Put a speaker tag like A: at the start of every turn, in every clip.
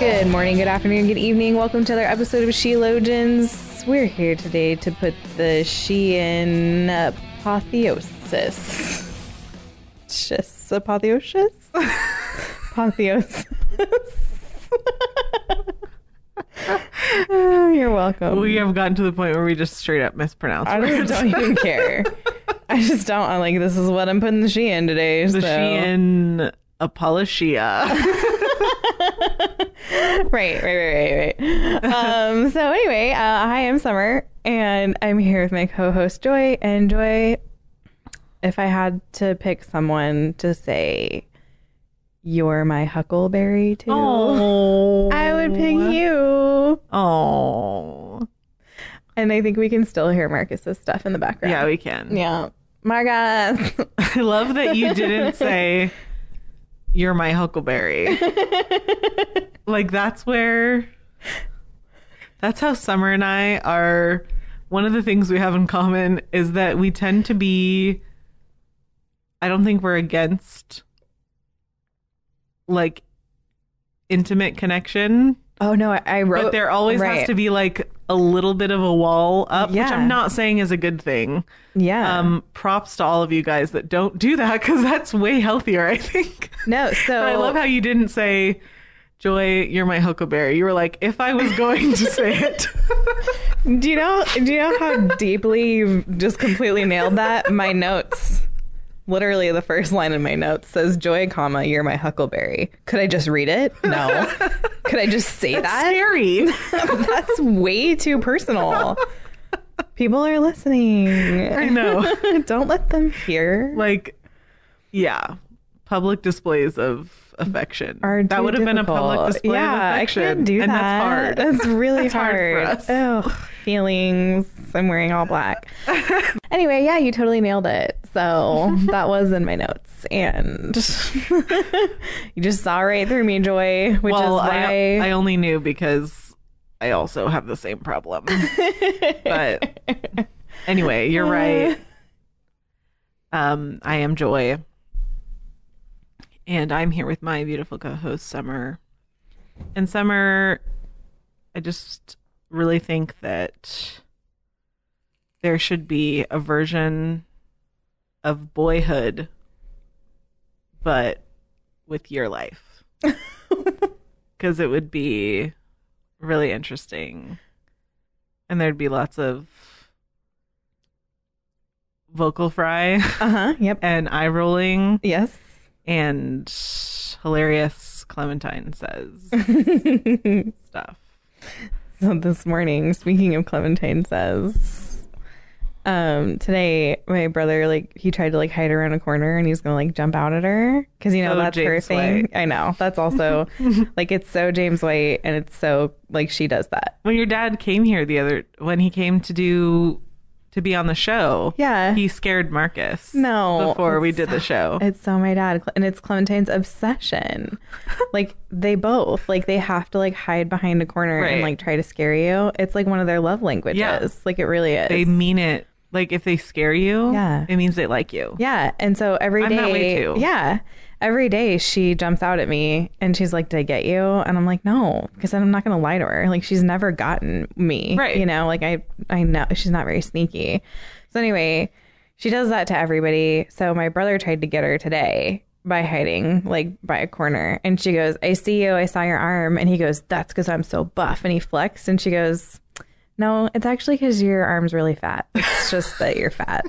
A: Good morning, good afternoon, good evening. Welcome to another episode of She Logins. We're here today to put the she in apotheosis. Just apotheosis? apotheosis. Oh, you're welcome.
B: We have gotten to the point where we just straight up mispronounce
A: I
B: words.
A: just don't even care. I just don't. I'm like, this is what I'm putting the she in today.
B: the
A: so.
B: Shein Apologia.
A: right, right, right, right, right. um, so anyway, uh, hi, I'm Summer, and I'm here with my co-host Joy. And Joy, if I had to pick someone to say you're my huckleberry to,
B: Oh,
A: I would pick you.
B: Oh,
A: And I think we can still hear Marcus's stuff in the background.
B: yeah, we can.
A: yeah, Marcus.
B: I love that you didn't say you're my huckleberry. like that's where that's how Summer and I are one of the things we have in common is that we tend to be I don't think we're against like intimate connection,
A: oh no, I, I wrote.
B: but there always has
A: right.
B: to be like a little bit of a wall up, which
A: Yeah.
B: I'm not saying is a good thing.
A: Yeah.
B: Um, props to all of you guys that don't do that because that's way healthier, I think.
A: no. So
B: But I love how you didn't say, Joy, you're my huckleberry. You were like, if I was going to say it.
A: Do you know? Do you know how deeply you just completely nailed that? My notes, literally the first line in my notes says, "Joy, comma, you're my huckleberry." Could I just read it? No. Could I just say that?
B: Scary.
A: That's way too personal. People are listening.
B: I know.
A: Don't let them hear.
B: Like, yeah, public displays of affection.
A: Are
B: that
A: too
B: would have been a public
A: difficult.
B: display
A: yeah,
B: of affection.
A: I can't do
B: and
A: that.
B: that's hard.
A: That's really
B: That's hard for us.
A: Oh, feelings. I'm wearing all black. anyway, yeah, you totally nailed it. So that was in my notes, and you just saw right through me, Joy, which
B: well,
A: is why.
B: I, I only knew because I also have the same problem. but anyway, you're right. Um, I am Joy. And I'm here with my beautiful co host, Summer. And Summer, I just really think that there should be a version of boyhood, but with your life because it would be really interesting and there'd be lots of vocal fry
A: uh huh. Yep.
B: and eye rolling
A: Yes.
B: and hilarious clementine says stuff
A: So this morning, speaking of Clementine says, um, today my brother like he tried to like hide around a corner and he was gonna like jump out at her because you know
B: So
A: that's her
B: Oh, James
A: thing.
B: White.
A: I know that's also like it's so James White and it's so like she does that.
B: when your dad came here the other when he came to do to be on the show
A: Yeah.
B: he scared marcus
A: No,
B: before we
A: it's
B: did the show
A: It's so my dad and it's Clementine's obsession. like they both like they have to like hide behind a corner and
B: Right.
A: like try to scare you. It's like one of their love languages. Like it really is.
B: they mean it like if they scare you
A: Yeah.
B: it means they like you
A: Yeah. And so every
B: I'm that way,
A: day-
B: too.
A: yeah, every day she jumps out at me and she's like, "Did I get you?" And I'm like, "No," because I'm not gonna lie to her. Like she's never gotten me,
B: Right.
A: You know, like I, I know she's not very sneaky. So anyway, she does that to everybody. So my brother tried to get her today by hiding like by a corner, and she goes, "I see you. I saw your arm," and he goes, "That's because I'm so buff," and he flexed, and she goes. No, it's actually because your arm's really fat. It's just that you're fat.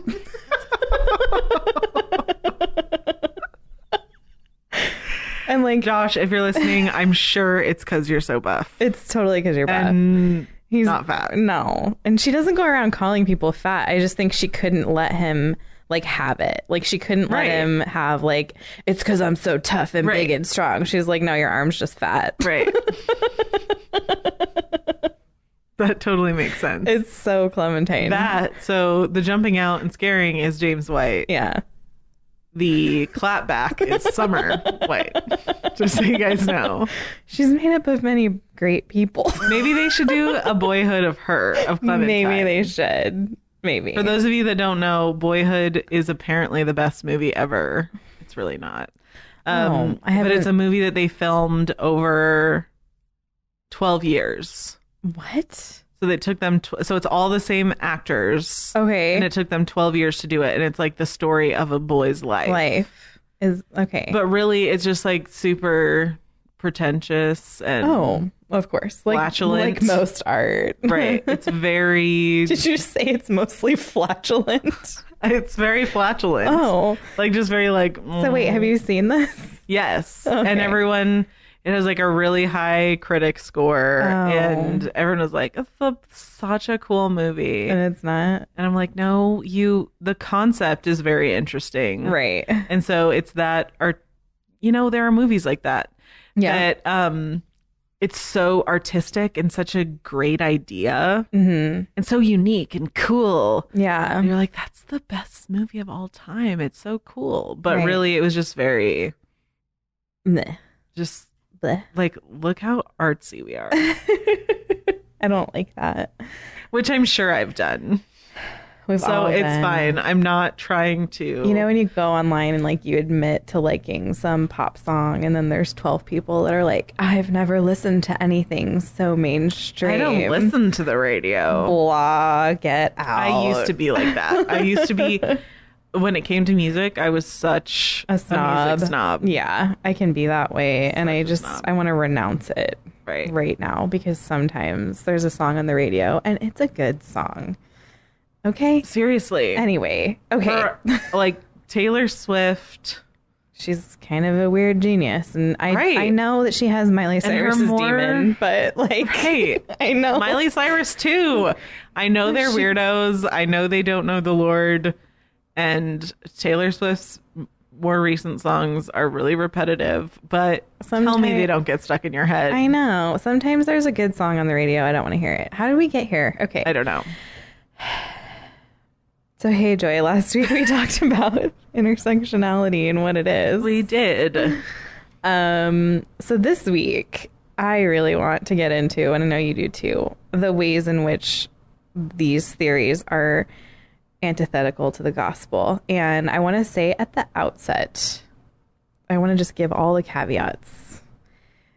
A: and like,
B: Josh, if you're listening, I'm sure it's because you're so buff.
A: it's totally because you're fat.
B: And
A: He's
B: not fat.
A: No, and she doesn't go around calling people fat. I just think she couldn't let him like have it. Like she couldn't
B: Right.
A: let him have like it's because I'm so tough and big
B: Right.
A: and strong. She's like, no, your arm's just fat.
B: right. that totally makes sense.
A: It's so Clementine.
B: that so the jumping out and scaring is James White.
A: yeah.
B: The clap back is Summer White. Just so you guys know.
A: She's made up of many great people.
B: Maybe they should do a boyhood of her of Clementine.
A: Maybe they should. Maybe.
B: For those of you that don't know, Boyhood is apparently the best movie ever. It's really not. Um,
A: No, I
B: but it's
A: haven't-
B: a movie that they filmed over 12 years.
A: what?
B: So they took them, tw- so it's all the same actors.
A: Okay.
B: And it took them 12 years to do it. And it's like the story of a boy's life.
A: Life is okay.
B: But really, it's just like super pretentious and.
A: oh, of course. Like
B: Flatulent.
A: like most art.
B: Right. It's very,
A: Did you say it's mostly flatulent?
B: it's very flatulent.
A: oh.
B: Like just very like.
A: So wait, have you seen this?
B: Yes. And
A: Okay.
B: everyone, it has like a really high critic score.
A: Oh.
B: And everyone was like, it's a, such a cool movie. And
A: And it's not.
B: I'm like, no, you, the concept is very interesting.
A: Right.
B: And so it's that, or, you know, there are movies like that.
A: Yeah.
B: That, um, it's so artistic and such a great idea
A: hmm
B: and so unique and cool. And
A: Yeah.
B: you're like, that's the best movie of all time. It's so cool. But
A: Right.
B: really, it was just very,
A: Bleh.
B: just
A: Bleh.
B: like look how artsy we are
A: I don't like that.
B: which i'm sure i've done
A: We've
B: so
A: all
B: it's
A: been-
B: fine i'm not trying to
A: You know when you go online and like you admit to liking some pop song and then there's 12 people that are like I've never listened to anything so mainstream.
B: i don't listen to the radio
A: Blah, get out.
B: i used to be like that i used to be when it came to music i was such
A: a snob.
B: music snob
A: Yeah, I can be that way and I just
B: snob.
A: I want to renounce it
B: right
A: right now because sometimes there's a song on the radio and it's a good song. Okay?
B: seriously
A: Anyway, okay.
B: Her- like taylor swift
A: She's kind of a weird genius, and I
B: Right.
A: I know that she has Miley
B: And her
A: Cyrus's
B: more-
A: demon, but like
B: hey
A: I know
B: miley cyrus too i know they're
A: She-
B: weirdos i know they don't know the lord and taylor swift's more recent songs are really repetitive but tell me
A: Sometime-
B: they don't get stuck in your head
A: I know. Sometimes there's a good song on the radio. I don't want to hear it. How did we get here? Okay.
B: I don't know
A: So hey, Joy. Last week we talked about intersectionality and what it is.
B: we did
A: Um. So this week I really want to get into, and I know you do too, the ways in which these theories are antithetical to the gospel. And I want to say at the outset, I want to just give all the caveats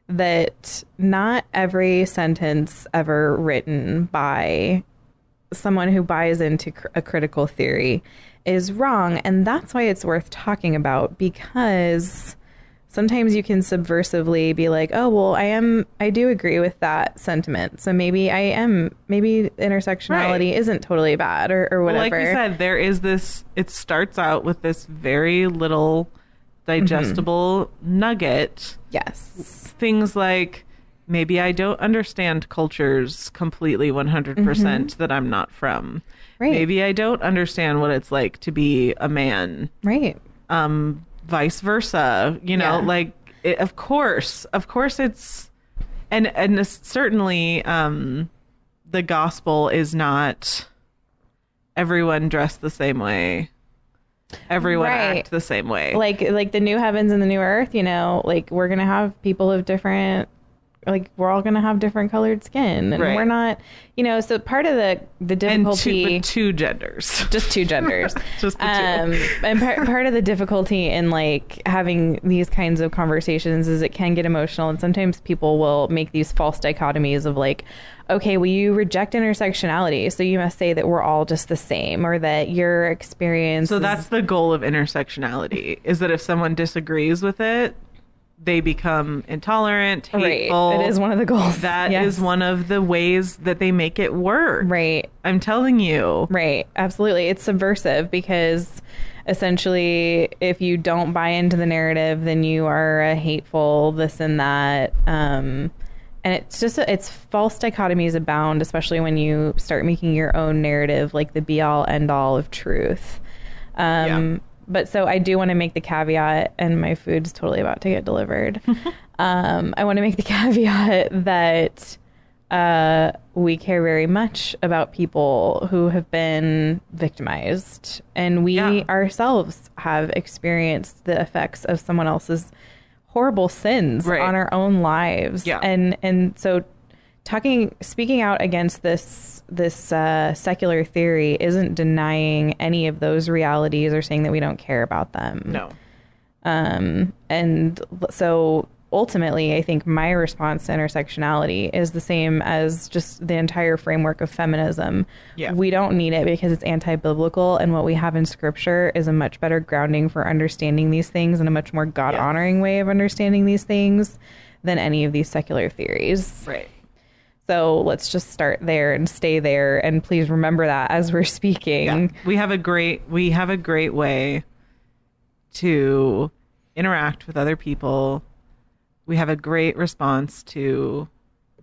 A: that not every sentence ever written by someone who buys into cr- a critical theory is wrong. And that's why it's worth talking about because sometimes you can subversively be like, oh, well, I am, I do agree with that sentiment. So maybe I am, maybe intersectionality isn't totally bad or, or
B: Well,
A: whatever.
B: like we said there is this it starts out with this very little
A: Mm-hmm.
B: digestible nugget
A: Yes.
B: things like maybe I don't understand cultures completely 100% percent that I'm not from.
A: Mm-hmm. Right.
B: Maybe I don't understand what it's like to be a man,
A: Right.
B: um vice versa, you know,
A: Yeah.
B: like it, of course, of course it's and and this- certainly um the gospel is not everyone dressed the same way. Everyone
A: Right.
B: act the same way.
A: Like like the new heavens and the new earth, you know, like we're gonna have people of different like we're all gonna have different colored skin. And
B: Right.
A: we're not you know, so part of the the
B: and
A: difficulty
B: two, but two genders.
A: just two genders.
B: Just the two.
A: um, and part, part of the difficulty in like having these kinds of conversations is it can get emotional, and sometimes people will make these false dichotomies of like, okay, well you reject intersectionality, so you must say that we're all just the same, or that your experience.
B: So
A: is-
B: that's the goal of intersectionality is that if someone disagrees with it, they become intolerant, hateful.
A: Right. It is one of the goals.
B: That is
A: Yes.
B: one of the ways that they make it work.
A: Right.
B: I'm telling you.
A: Right. Absolutely. It's subversive because essentially if you don't buy into the narrative then you are a hateful this and that um and it's just it's false dichotomies abound especially when you start making your own narrative like the be all end all of truth um
B: Yeah.
A: but so i do want to make the caveat and my food's totally about to get delivered um i want to make the caveat that uh, we care very much about people who have been victimized, and we
B: Yeah.
A: ourselves have experienced the effects of someone else's horrible sins
B: Right.
A: on our own lives.
B: Yeah.
A: and and so talking speaking out against this this uh, secular theory isn't denying any of those realities or saying that we don't care about them
B: No.
A: um, and l- so ultimately, I think my response to intersectionality is the same as just the entire framework of feminism.
B: Yeah.
A: We don't need it because it's anti biblical, and what we have in scripture is a much better grounding for understanding these things and a much more God honoring way of understanding these things than any of these secular theories.
B: Right.
A: So let's just start there and stay there, and please remember that as we're speaking.
B: Yeah. We have a great we have a great way to interact with other people. We have a great response to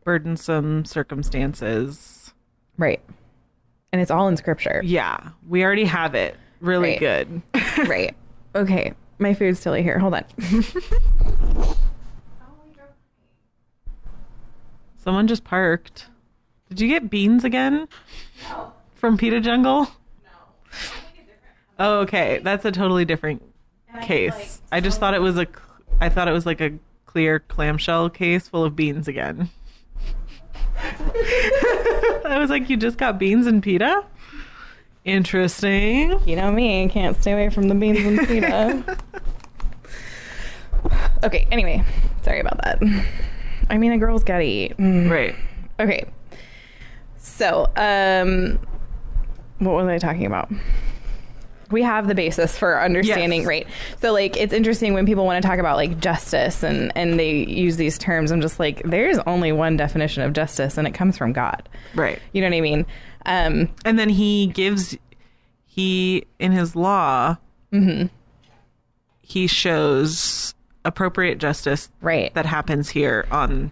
B: burdensome circumstances.
A: Right. And it's all in scripture.
B: Yeah, we already have it really
A: Right.
B: good.
A: right. Okay. My food's still here. Hold on.
B: Someone just parked. Did you get beans again? From Peta Jungle? No. Oh, okay. That's a totally different case. I just thought it was a cl- I thought it was like a clear clamshell case full of beans again. I was like, you just got beans and pita? Interesting.
A: You know me, can't stay away from the beans and pita. okay, anyway, sorry about that. I mean, a girl's gotta eat. Mm.
B: Right.
A: Okay. So, um, what was I talking about? We have the basis for understanding,
B: Yes.
A: right? So, like, it's interesting when people want to talk about like justice and and they use these terms. I'm just like, there's only one definition of justice, and it comes from God.
B: Right.
A: You know what I mean? Um,
B: And then he gives he in his law
A: Mm-hmm.
B: he shows appropriate justice
A: right.
B: that happens here on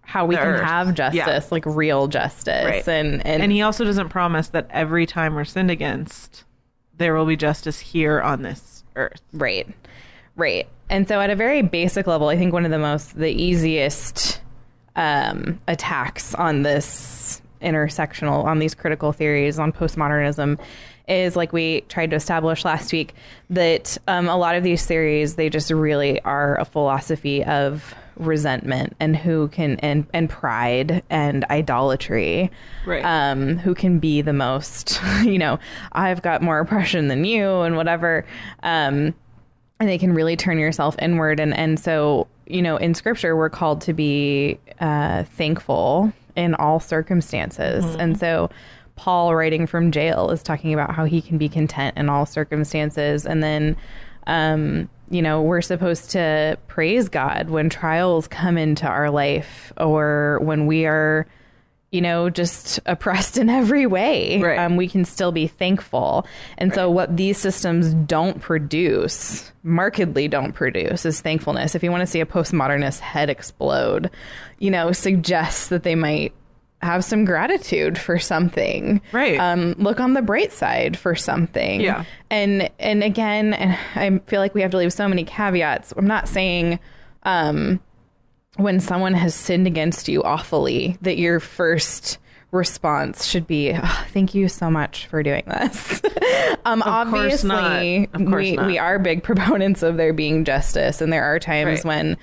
A: how we
B: the
A: can
B: earth.
A: have
B: Yeah.
A: justice, like real justice,
B: Right.
A: and and,
B: and he also doesn't promise that every time we're sinned against there will be justice here on this earth
A: right, right. And so, at a very basic level, I think one of the most the easiest um, attacks on this intersectional, on these critical theories, on postmodernism is like we tried to establish last week that um, a lot of these theories they just really are a philosophy of resentment and who can and and pride and idolatry
B: Right.
A: um, who can be the most, you know, I've got more oppression than you and whatever. Um, and they can really turn yourself inward. And, and so, you know, in scripture, we're called to be uh, thankful in all circumstances. And so, Paul, writing from jail, is talking about how he can be content in all circumstances. And then, um, you know, we're supposed to praise God when trials come into our life or when we are you know, just oppressed in every way.
B: Right.
A: Um, we can still be thankful. And so, what these systems don't produce, markedly don't produce, is thankfulness. If you want to see a postmodernist head explode, you know, suggests that they might have some gratitude for something.
B: Right.
A: Um, look on the bright side for something.
B: Yeah.
A: And and again, and I feel like we have to leave so many caveats. I'm not saying um when someone has sinned against you awfully that your first response should be "Ah, thank you so much for doing this um
B: course
A: obviously
B: not. Of course
A: we,
B: not.
A: we are big proponents of there being justice and there are times
B: Right.
A: when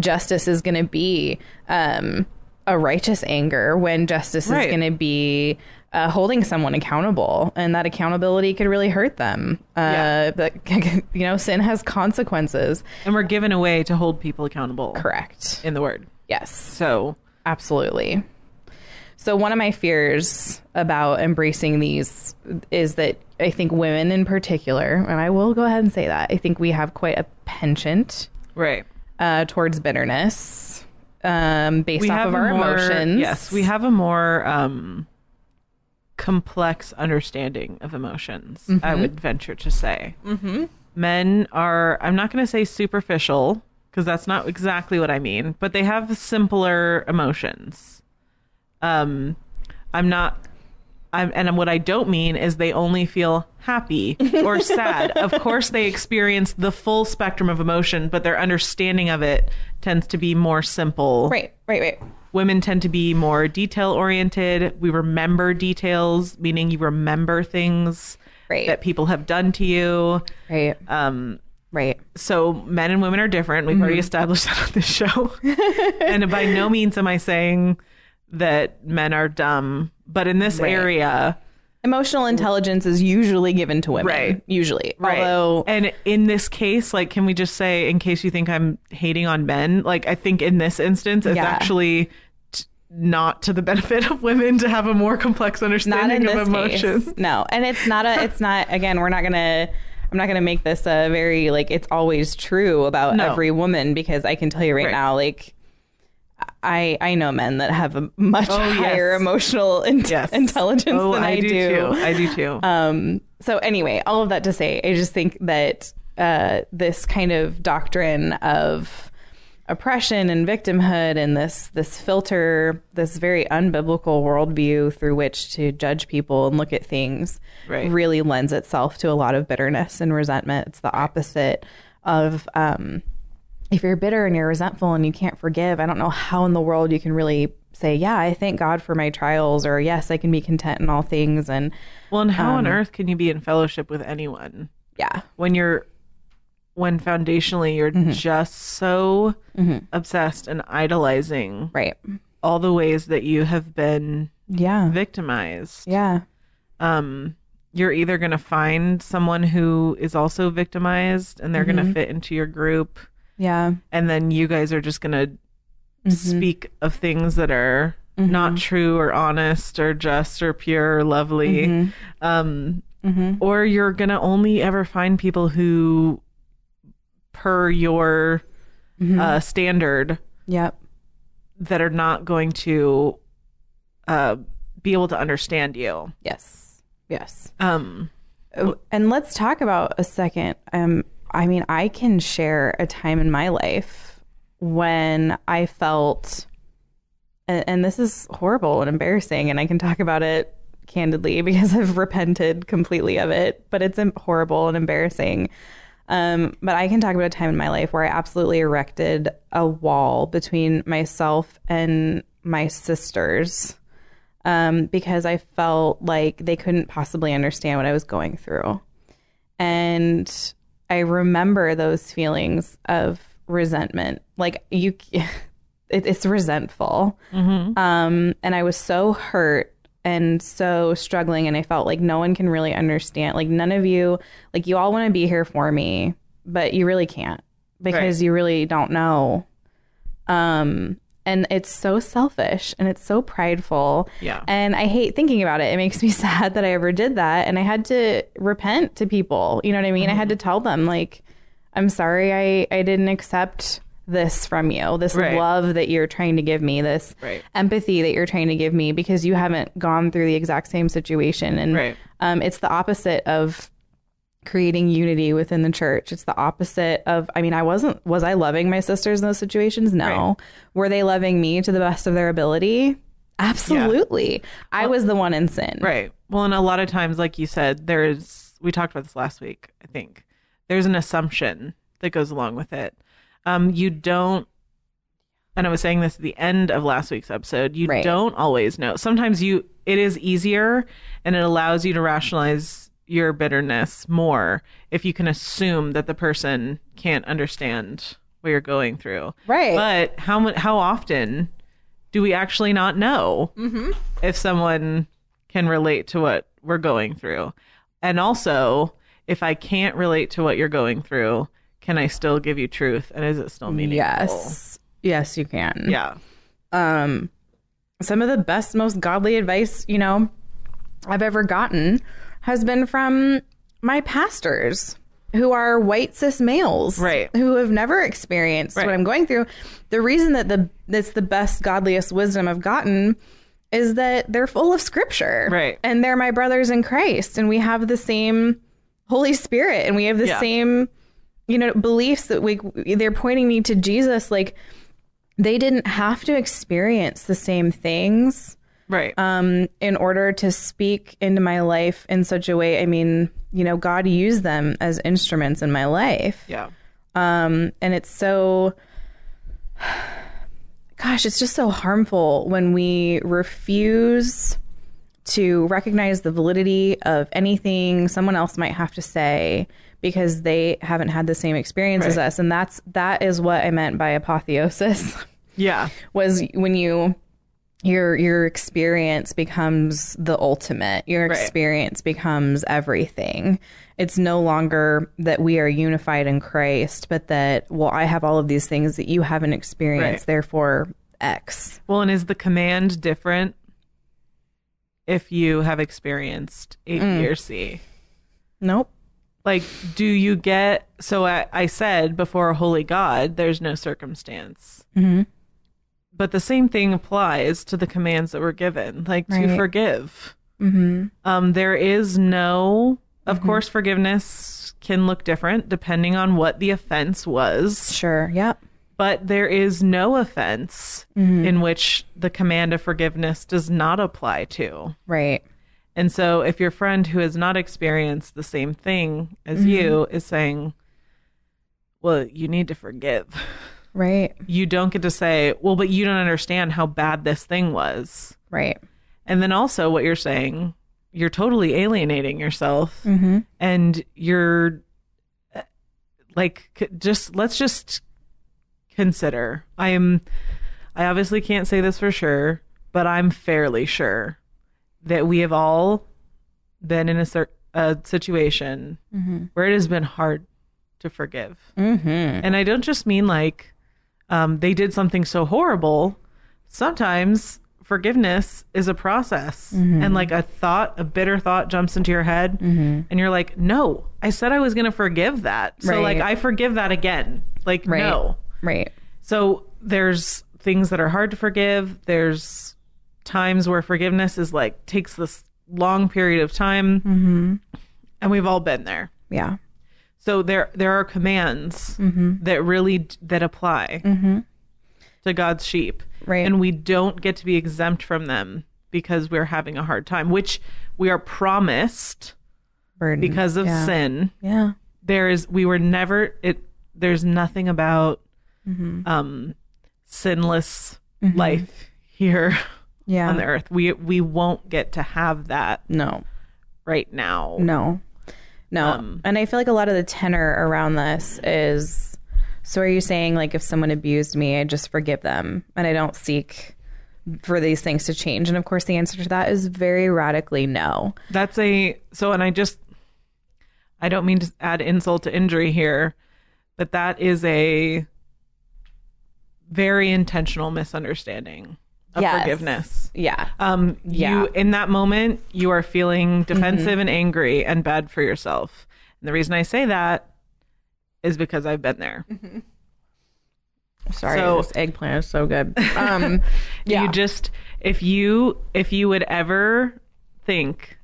A: justice is going to be um a righteous anger when justice
B: Right.
A: is going to be uh, holding someone accountable and that accountability could really hurt them uh
B: Yeah.
A: but you know sin has consequences
B: and we're given a way to hold people accountable
A: correct
B: in the word
A: yes
B: so
A: Absolutely. So one of my fears about embracing these is that I think women in particular, and I will go ahead and say that, I think we have quite a penchant
B: right
A: uh, towards bitterness um, based
B: we
A: off
B: have
A: of
B: a
A: our
B: more-
A: emotions.
B: yes we have a more um complex understanding of emotions
A: Mm-hmm.
B: i would venture to say men are i'm not going to say superficial because that's not exactly what i mean but they have simpler emotions um i'm not I'm, and what I don't mean is they only feel happy or sad. of course, they experience the full spectrum of emotion, but their understanding of it tends to be more simple
A: Right, right, right.
B: Women tend to be more detail oriented. We remember details, meaning you remember things
A: Right.
B: that people have done to you.
A: Right.
B: Um,
A: Right.
B: so men and women are different. We've
A: Mm-hmm.
B: already established that on this show. and by no means am I saying that men are dumb, but in this
A: Right.
B: area,
A: Emotional intelligence is usually given to women.
B: Right.
A: Usually.
B: Right.
A: Although
B: and in this case, like, can we just say, in case you think I'm hating on men, like, I think in this instance, it's
A: Yeah.
B: actually t- not to the benefit of women to have a more complex
A: not in
B: understanding
A: this
B: of emotions.
A: case. No. And it's not a it's not again, we're not gonna I'm not gonna make this a very like it's always true about
B: No.
A: every woman because I can tell you right,
B: Right.
A: now, like I I know men that have a much
B: Oh, yes.
A: higher emotional in-
B: Yes,
A: intelligence
B: Oh,
A: than I,
B: too. I do too.
A: Um, so anyway, all of that to say, I just think that uh, this kind of doctrine of oppression and victimhood and this this filter, this very unbiblical worldview through which to judge people and look at things,
B: Right.
A: really lends itself to a lot of bitterness and resentment. It's the opposite of um, if you're bitter and you're resentful and you can't forgive, I don't know how in the world you can really say, yeah, I thank God for my trials, or yes, I can be content in all things, and
B: well, and how
A: um,
B: on earth can you be in fellowship with anyone
A: yeah,
B: when you're when foundationally you're
A: Mm-hmm.
B: just so obsessed and idolizing
A: right,
B: all the ways that you have been
A: yeah,
B: victimized
A: yeah,
B: um you're either going to find someone who is also victimized and they're
A: Mm-hmm.
B: going to fit into your group
A: yeah,
B: and then you guys are just going to
A: Mm-hmm.
B: speak of things that are not true or honest or just or pure or lovely
A: Mm-hmm.
B: um
A: Mhm.
B: or you're going to only ever find people who per your uh standard
A: yep,
B: that are not going to uh be able to understand you
A: yes, yes.
B: um
A: Oh, And let's talk about a second. Um, I mean, I can share a time in my life when I felt, and, and this is horrible and embarrassing, and I can talk about it candidly because I've repented completely of it, but it's em- horrible and embarrassing. Um, but I can talk about a time in my life where I absolutely erected a wall between myself and my sisters um, because I felt like they couldn't possibly understand what I was going through. And I remember those feelings of resentment. Like, you, it, it's resentful. Um, and I was so hurt and so struggling. And I felt like no one can really understand. Like, none of you, like, you all want to be here for me, but you really can't because you really don't know. Um, and it's so selfish and it's so prideful.
B: Yeah.
A: And I hate thinking about it. It makes me sad that I ever did that. And I had to repent to people. You know what I mean? I
B: Mm-hmm.
A: had to tell them, like, I'm sorry I, I didn't accept this from you, this
B: Right.
A: love that you're trying to give me, this
B: Right.
A: empathy that you're trying to give me because you haven't gone through the exact same situation. And
B: Right.
A: um, it's the opposite of creating unity within the church. It's the opposite of I mean, I wasn't was I loving my sisters in those situations? No. Were they loving me to the best of their ability? Absolutely. I was the one in sin.
B: Right. Well, and a lot of times, like you said, there's, we talked about this last week, I think, there's an assumption that goes along with it. Um, you don't, and I was saying this at the end of last week's episode, you
A: Right.
B: don't always know. Sometimes you, it is easier and it allows you to rationalize your bitterness more if you can assume that the person can't understand what you're going through.
A: Right.
B: But how mu- how often do we actually not know
A: Mm-hmm.
B: if someone can relate to what we're going through? And also, if I can't relate to what you're going through, can I still give you truth? And is it still meaningful?
A: Yes. Yes, you can.
B: Yeah.
A: um, some of the best, most godly advice, you know, I've ever gotten has been from my pastors who are white cis males
B: Right.
A: who have never experienced what
B: Right.
A: I'm going through. The reason that the that's the best godliest wisdom I've gotten is that they're full of scripture.
B: Right.
A: And they're my brothers in Christ and we have the same Holy Spirit and we have the
B: Yeah.
A: same you know beliefs that we they're pointing me to Jesus like they didn't have to experience the same things
B: Right.
A: um, in order to speak into my life in such a way. I mean, you know, God used them as instruments in my life.
B: yeah.
A: Um, and it's so gosh, it's just so harmful when we refuse to recognize the validity of anything someone else might have to say because they haven't had the same experience as
B: Right.
A: us and that's that is what I meant by apotheosis
B: Yeah.
A: was when you your your experience becomes the ultimate your
B: Right.
A: experience becomes everything it's no longer that we are unified in christ but that well i have all of these things that you haven't experienced
B: Right.
A: therefore x
B: Well, and is the command different if you have experienced A,
A: Mm.
B: B, or C?
A: nope
B: Like, do you get? So I, I said before, holy God, there's no circumstance.
A: Mhm.
B: But the same thing applies to the commands that were given, like to
A: Right.
B: forgive.
A: mm-hmm.
B: Um, there is no, of course, forgiveness can look different depending on what the offense was.
A: sure yep
B: but there is no offense in which the command of forgiveness does not apply to.
A: right
B: And so, if your friend who has not experienced the same thing as you is saying, Well, you need to forgive,
A: right
B: you don't get to say, Well, but you don't understand how bad this thing was.
A: right
B: And then also, what you're saying, you're totally alienating yourself and you're uh, like c- just let's just consider i am i obviously can't say this for sure but i'm fairly sure that we have all been in a, cir- a situation where it has been hard to forgive
A: mm-hmm.
B: and i don't just mean like um, they did something so horrible sometimes forgiveness is a process
A: Mm-hmm.
B: and like a thought a bitter thought jumps into your head and you're like no i said i was going to forgive that so like
A: Right.
B: i forgive that again like
A: Right.
B: no
A: right
B: so there's things that are hard to forgive there's times where forgiveness is like takes this long period of time
A: Mm-hmm.
B: and we've all been there
A: yeah
B: so there there are commands
A: Mm-hmm.
B: that really that apply to God's sheep,
A: Right.
B: And we don't get to be exempt from them because we're having a hard time, which we are promised
A: Burden.
B: because of
A: yeah.
B: sin.
A: yeah
B: There is we were never it. There's nothing about
A: Mm-hmm.
B: um, sinless life here
A: yeah
B: on the earth. We we won't get to have that
A: no
B: right now.
A: No, no. and I feel like a lot of the tenor around this is so are you saying, like, if someone abused me, I just forgive them and I don't seek for these things to change? And of course, the answer to that is very radically no.
B: That's a so, and I just I don't mean to add insult to injury here, but that is a very intentional misunderstanding of
A: Yes.
B: forgiveness.
A: Yeah.
B: Um,
A: Yeah.
B: you in that moment you are feeling defensive and angry and bad for yourself. And the reason I say that is because I've been there.
A: Sorry.
B: so-
A: this eggplant is so good. Um, yeah.
B: You just if you if you would ever think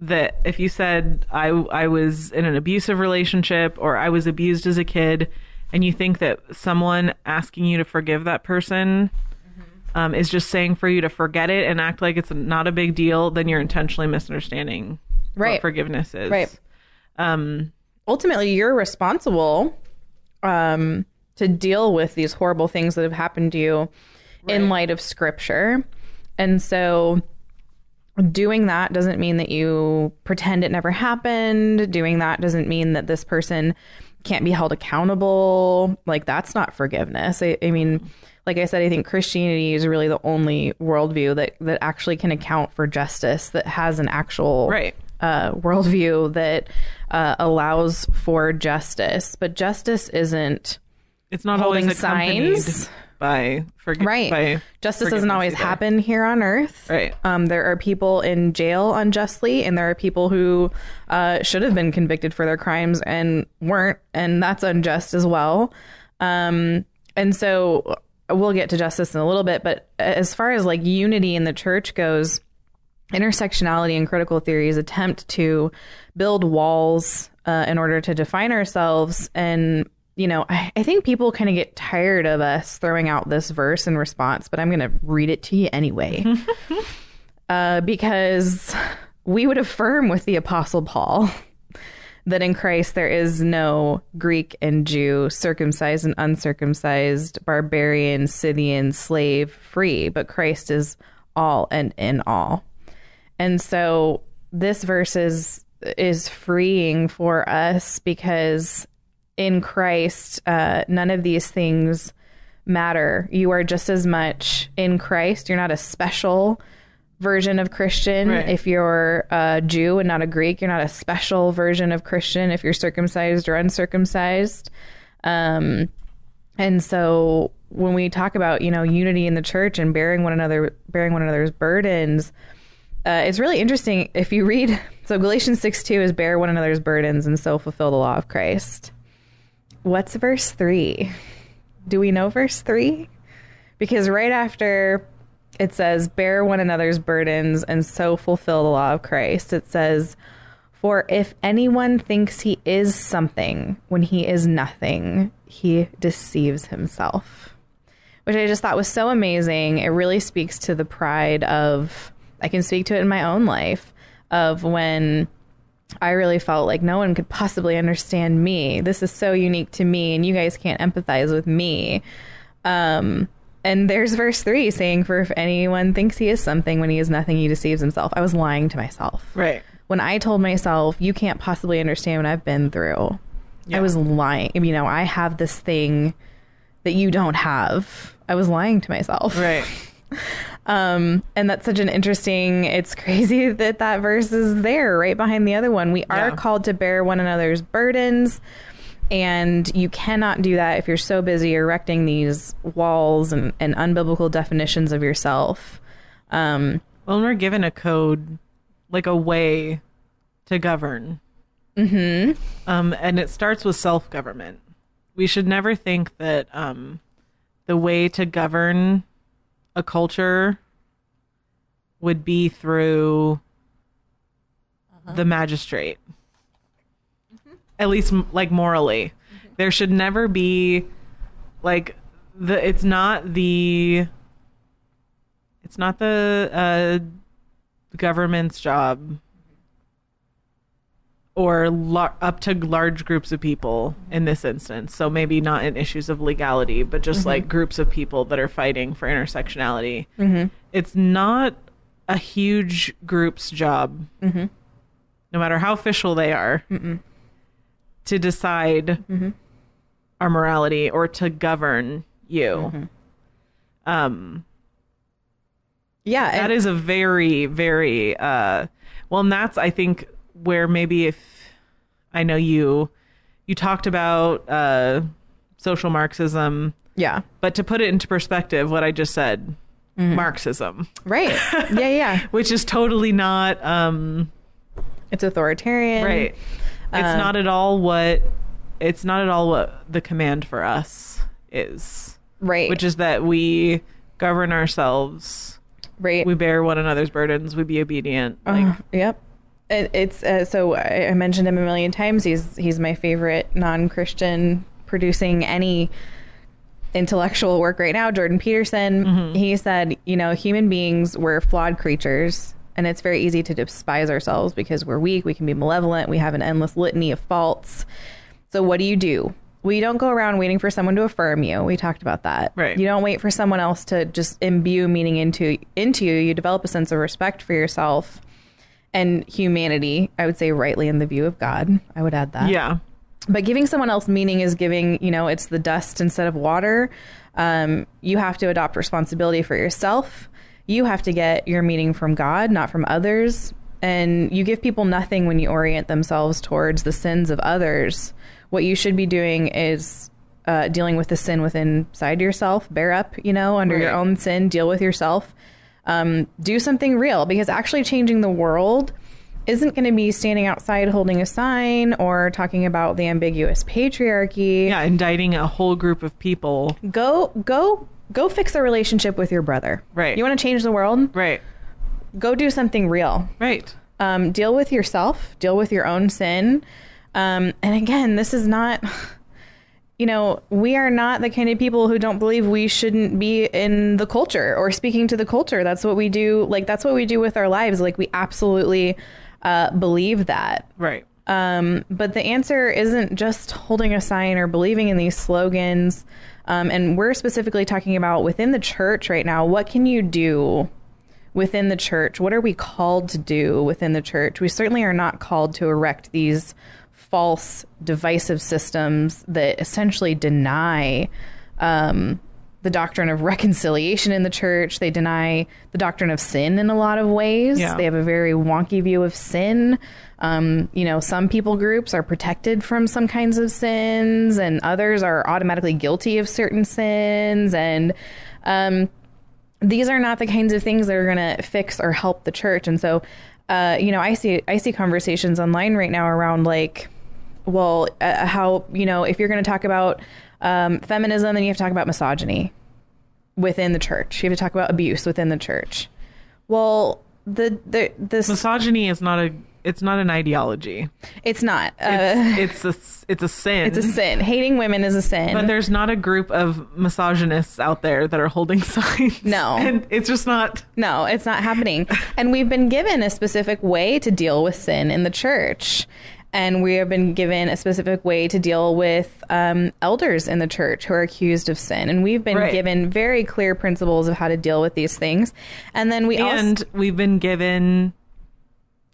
B: that if you said I I was in an abusive relationship or I was abused as a kid and you think that someone asking you to forgive that person
A: Mm-hmm.
B: um, is just saying for you to forget it and act like it's not a big deal, then you're intentionally misunderstanding
A: Right.
B: what forgiveness is.
A: Right. Ultimately, you're responsible um, to deal with these horrible things that have happened to you in light of scripture. And so doing that doesn't mean that you pretend it never happened. Doing that doesn't mean that this person can't be held accountable. Like, that's not forgiveness. I, I mean, like I said, I think Christianity is really the only worldview that, that actually can account for justice, that has an actual
B: Right.
A: uh, worldview that uh, allows for justice. But justice isn't
B: It's not
A: Holding
B: always accompanied
A: signs.
B: by forgiveness.
A: right.
B: By
A: justice doesn't
B: forgiveness
A: always
B: either.
A: happen here on earth.
B: Right.
A: Um, there are people in jail unjustly, and there are people who uh, should have been convicted for their crimes and weren't, and that's unjust as well. Um, and so uh, we'll get to justice in a little bit, but as far as like unity in the church goes, intersectionality and critical theories attempt to build walls uh, in order to define ourselves and you know i, I think people kind of get tired of us throwing out this verse in response but i'm going to read it to you anyway uh, because we would affirm with the apostle paul that in Christ there is no Greek and Jew, circumcised and uncircumcised, barbarian, Scythian, slave, free, but Christ is all and in all. And so this verse is is freeing for us because in Christ uh, none of these things matter. You are just as much in Christ. You're not a special version of Christian.
B: Right.
A: If you're a Jew and not a Greek, you're not a special version of Christian if you're circumcised or uncircumcised. Um, and so when we talk about, you know, unity in the church and bearing one another bearing one another's burdens, uh, it's really interesting if you read so Galatians 6 2 is bear one another's burdens and so fulfill the law of Christ. What's verse 3? Do we know verse 3? Because right after it says, Bear one another's burdens and so fulfill the law of Christ, it says, For if anyone thinks he is something when he is nothing, he deceives himself. Which I just thought was so amazing. It really speaks to the pride of, I can speak to it in my own life, of when I really felt like no one could possibly understand me. This is so unique to me, and you guys can't empathize with me. Um, and there's verse three saying, For if anyone thinks he is something when he is nothing, he deceives himself. I was lying to myself.
B: Right.
A: When I told myself, You can't possibly understand what I've been through,
B: Yeah.
A: I was lying. You know, I have this thing that you don't have. I was lying to myself.
B: Right.
A: Um, and that's such an interesting. It's crazy that that verse is there, right behind the other one. We are
B: Yeah.
A: called to bear one another's burdens, and you cannot do that if you're so busy erecting these walls and, and unbiblical definitions of yourself. Um,
B: Well, we're given a code, like a way to govern. Mm-hmm. Um, and it starts with self government. We should never think that um, the way to govern a culture would be through the magistrate, Mm-hmm. at least m- like morally. There should never be like the it's not the it's not the uh, government's job or lar- up to large groups of people in this instance. So maybe not in issues of legality, but just like groups of people that are fighting for intersectionality. It's not a huge group's job, no matter how official they are, to decide our morality or to govern you. Um,
A: yeah,
B: that is a very very uh well and that's i think where maybe if i know you you talked about uh social marxism
A: yeah,
B: but to put it into perspective what i just said marxism
A: right, yeah, yeah.
B: which is totally not um
A: It's authoritarian,
B: right it's not at all what it's not at all what the command for us is
A: Right,
B: which is that we govern ourselves
A: right.
B: we bear one another's burdens we be obedient like
A: Ugh, yep. It, it's uh, so I, I mentioned him a million times. He's he's my favorite non-Christian producing any intellectual work right now. Jordan Peterson. He said, you know, human beings were flawed creatures, and it's very easy to despise ourselves because we're weak. We can be malevolent. We have an endless litany of faults. So what do you do? Well, you don't go around waiting for someone to affirm you. We talked about that.
B: Right.
A: You don't wait for someone else to just imbue meaning into into you. You develop a sense of respect for yourself and humanity. I would say rightly in the view of God. I would add that.
B: yeah
A: But giving someone else meaning is giving, you know, it's the dust instead of water. Um, you have to adopt responsibility for yourself. You have to get your meaning from God, not from others. And you give people nothing when you orient themselves towards the sins of others. What you should be doing is uh, dealing with the sin within inside yourself. Bear up, you know, under your
B: Right.
A: own sin. Deal with yourself. Um, do something real because actually changing the world isn't going to be standing outside holding a sign or talking about the ambiguous patriarchy.
B: yeah indicting a whole group of people
A: Go, go, go fix a relationship with your brother.
B: Right.
A: You want to change the world?
B: right
A: Go do something real.
B: right
A: um, deal with yourself, deal with your own sin. Um, and again, this is not, you know, we are not the kind of people who don't believe we shouldn't be in the culture or speaking to the culture. That's what we do. Like, that's what we do with our lives. Like, we absolutely uh, believe that.
B: right
A: Um, but the answer isn't just holding a sign or believing in these slogans. Um, and we're specifically talking about within the church right now. What can you do within the church? What are we called to do within the church? We certainly are not called to erect these false, divisive systems that essentially deny um, the doctrine of reconciliation in the church. They deny the doctrine of sin in a lot of ways.
B: Yeah.
A: They have a very wonky view of sin. Um, you know, some people groups are protected from some kinds of sins, and others are automatically guilty of certain sins. And um, these are not the kinds of things that are going to fix or help the church. And so, uh, you know, I see I see conversations online right now around like, well, uh, how you know if you're going to talk about um, feminism, then you have to talk about misogyny within the church. You have to talk about abuse within the church. Well, the the this
B: Misogyny is not a it's not an ideology.
A: it's not. Uh,
B: It's, it's a it's a sin.
A: it's a sin. Hating women is a sin.
B: But there's not a group of misogynists out there that are holding signs.
A: No.
B: and it's just not.
A: No, it's not happening. And we've been given a specific way to deal with sin in the church. And we have been given a specific way to deal with um, elders in the church who are accused of sin. And we've been
B: Right.
A: given very clear principles of how to deal with these things. And then we also.
B: And we've been given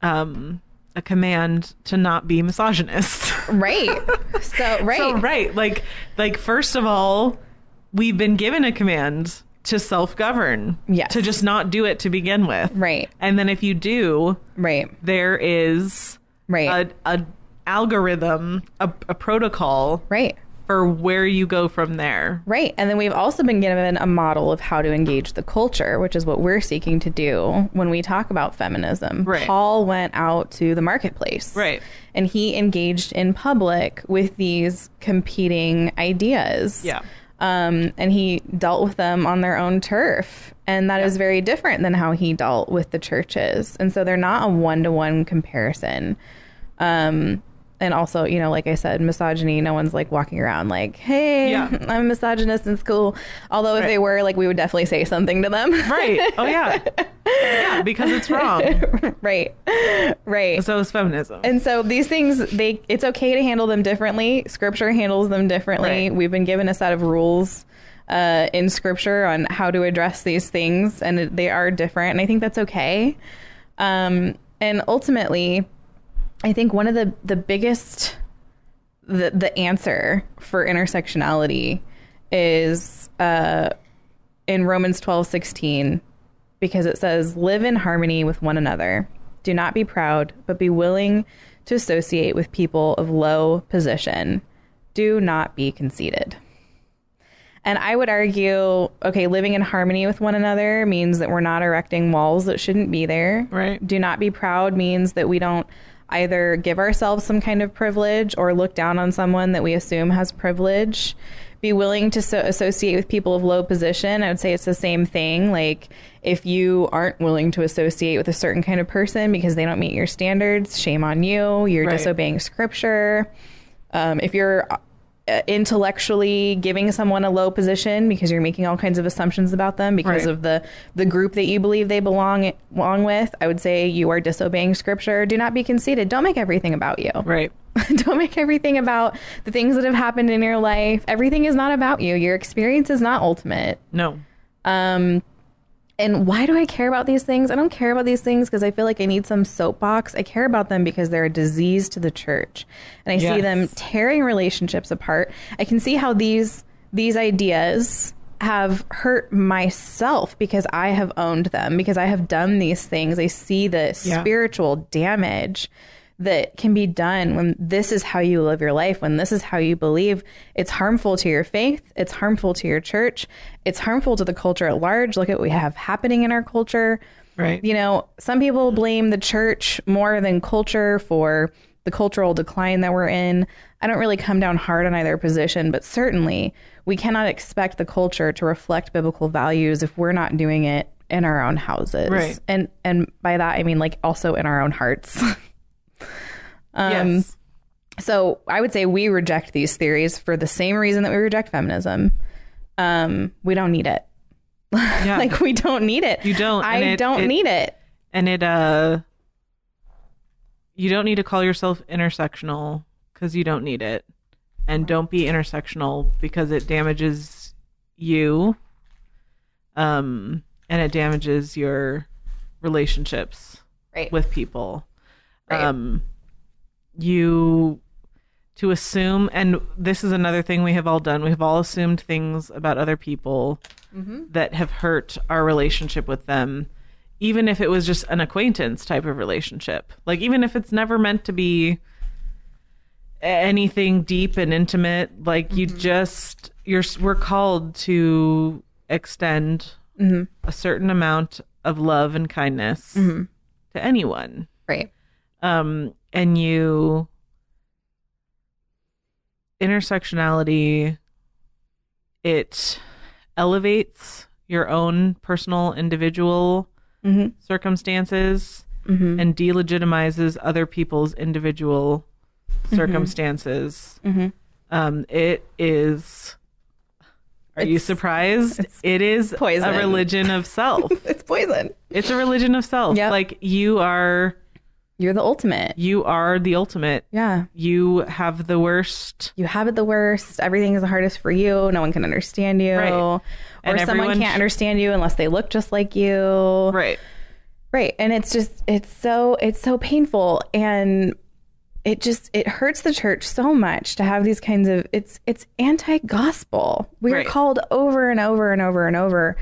B: um a command to not be misogynist.
A: Right. So, right.
B: So right, like like first of all, we've been given a command to self-govern.
A: Yes.
B: To just not do it to begin with.
A: Right.
B: And then if you do,
A: Right.
B: there is
A: Right.
B: a, a algorithm, a, a protocol
A: right.
B: for where you go from there.
A: Right. And then we've also been given a model of how to engage the culture, which is what we're seeking to do when we talk about feminism.
B: Right.
A: Paul went out to the marketplace.
B: Right.
A: And he engaged in public with these competing ideas.
B: Yeah.
A: Um, and he dealt with them on their own turf. And that is very different than how he dealt with the churches. And so they're not a one to one comparison. Um, and also, you know, like I said, misogyny, no one's like walking around like, hey,
B: Yeah.
A: I'm a misogynist in school. Although if they were, like, we would definitely say something to them.
B: Right. Oh yeah. yeah, because it's wrong.
A: right. Right.
B: So is feminism.
A: and so these things, they it's okay to handle them differently. Scripture handles them differently.
B: Right.
A: We've been given a set of rules uh, in Scripture on how to address these things, and it- they are different. And I think that's okay. Um, and ultimately, I think one of the the biggest the the answer for intersectionality is uh, in Romans twelve sixteen because it says live in harmony with one another. Do not be proud, but be willing to associate with people of low position. Do not be conceited. And I would argue, okay, living in harmony with one another means that we're not erecting walls that shouldn't be there.
B: Right.
A: Do not be proud means that we don't either give ourselves some kind of privilege or look down on someone that we assume has privilege. Be willing to so- associate with people of low position. I would say it's the same thing. Like, if you aren't willing to associate with a certain kind of person because they don't meet your standards, shame on you. You're
B: Right.
A: disobeying scripture. Um, if you're uh, intellectually giving someone a low position because you're making all kinds of assumptions about them because
B: Right.
A: of the the group that you believe they belong belong with, I would say you are disobeying scripture. Do not be conceited. Don't make everything about you.
B: right.
A: Don't make everything about the things that have happened in your life. Everything is not about you. Your experience is not ultimate.
B: No.
A: Um, and why do I care about these things? I don't care about these things because I feel like I need some soapbox. I care about them because they're a disease to the church, and I see
B: Yes.
A: them tearing relationships apart. I can see how these these ideas have hurt myself because I have owned them because I have done these things. I see the
B: Yeah.
A: spiritual damage that can be done when this is how you live your life, when this is how you believe. It's harmful to your faith, it's harmful to your church, it's harmful to the culture at large. Look at what we have happening in our culture.
B: Right.
A: You know, some people blame the church more than culture for the cultural decline that we're in. I don't really come down hard on either position, but certainly we cannot expect the culture to reflect biblical values if we're not doing it in our own houses.
B: Right.
A: And and by that I mean like also in our own hearts. um,
B: yes.
A: so I would say we reject these theories for the same reason that we reject feminism. Um, we don't need it.
B: Yeah.
A: Like we don't need it.
B: You don't,
A: I
B: and it-
A: don't
B: it-
A: need it.
B: and it uh you don't need to call yourself intersectional because you don't need it. And don't be intersectional because it damages you um, and it damages your relationships
A: Right.
B: with people.
A: Right.
B: Um, you to assume, and this is another thing we have all done. We've all assumed things about other people that have hurt our relationship with them, even if it was just an acquaintance type of relationship. Like, even if it's never meant to be anything deep and intimate, like, you just, you're, we're called to extend
A: Mm-hmm.
B: a certain amount of love and kindness to anyone
A: Right.
B: um, and you intersectionality it elevates your own personal individual
A: Mhm.
B: circumstances
A: Mm-hmm.
B: and delegitimizes other people's individual
A: Mm-hmm.
B: circumstances
A: Mhm.
B: um, it is are you
A: It's-
B: surprised it is
A: poison.
B: a religion of self
A: It's poison.
B: it's a religion of self
A: Yep.
B: like you are
A: You're the ultimate.
B: you are the ultimate
A: Yeah.
B: you have the worst
A: You have it the worst. Everything is the hardest for you. No one can understand you.
B: Right.
A: Or
B: And
A: someone
B: everyone
A: can't
B: sh-
A: understand you unless they look just like you.
B: right
A: Right. And it's just it's so it's so painful and it just it hurts the church so much to have these kinds of it's it's anti-gospel. We're
B: Right.
A: called over and over and over and over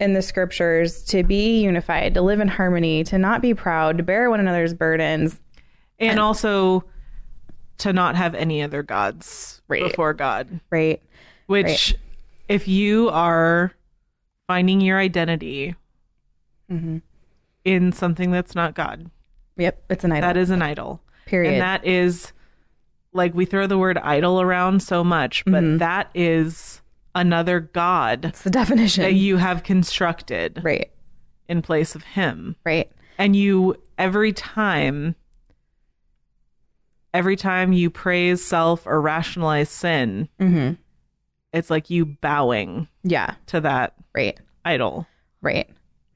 A: in the scriptures to be unified, to live in harmony, to not be proud, to bear one another's burdens.
B: and, also to not have any other gods
A: Right.
B: before god
A: Right.
B: which if you are finding your identity
A: Mm-hmm.
B: in something that's not god
A: Yep. It's an idol.
B: that is an idol
A: Period.
B: and that is like we throw the word idol around so much but
A: Mm-hmm.
B: that is another god
A: it's the definition.
B: that you have constructed
A: right.
B: in place of him
A: Right.
B: and you every time every time you praise self or rationalize sin it's like you bowing
A: Yeah.
B: to that
A: Right.
B: idol
A: Right.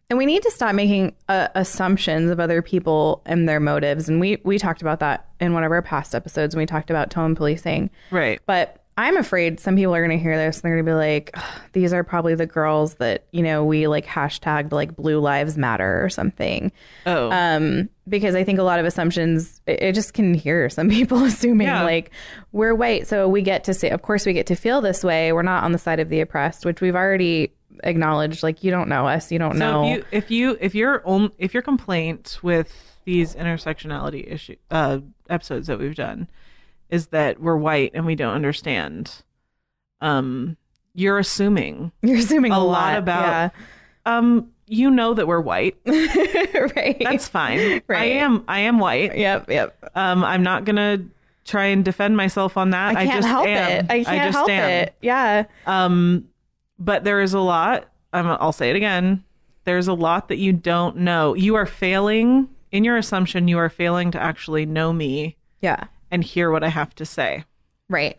A: And we need to stop making uh, assumptions of other people and their motives. And we, we talked about that in one of our past episodes when we talked about tone policing.
B: right
A: But I'm afraid some people are going to hear this and they're going to be like, "Ugh, these are probably the girls that, you know, we like hashtagged like Blue Lives Matter or something.
B: oh
A: Um, because I think a lot of assumptions, it, it just can hear some people assuming
B: Yeah.
A: like we're white, so we get to say, of course, we get to feel this way. We're not on the side of the oppressed, which we've already acknowledged. Like you don't know us, you don't
B: so
A: know.
B: if you if you if your own if your complaint with these intersectionality issue uh episodes that we've done is that we're white and we don't understand um you're assuming
A: You're assuming a,
B: a lot about um you know that we're white
A: yeah. right.
B: that's fine i
A: Right.
B: am i am white
A: yep, yep.
B: Um, I'm not gonna try and defend myself on that.
A: I can't
B: just
A: help
B: am.
A: it. I can't
B: just
A: help
B: am.
A: it. Yeah,
B: Um, but there is a lot. Um, I'll say it again. There's a lot that you don't know. You are failing in your assumption. You are failing to actually know me
A: yeah.
B: and hear what I have to say.
A: Right.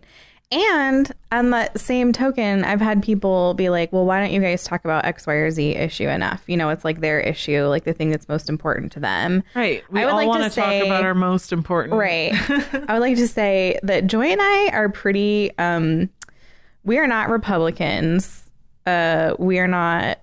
A: And on that same token, I've had people be like, well, why don't you guys talk about X, Y, or Z issue enough? You know, it's like their issue, like the thing that's most important to them.
B: Right. We
A: I would
B: all
A: like to
B: want to
A: say-
B: talk about our most important.
A: Right. I would like to say that Joy and I are pretty, um, we are not Republicans. Uh, we are not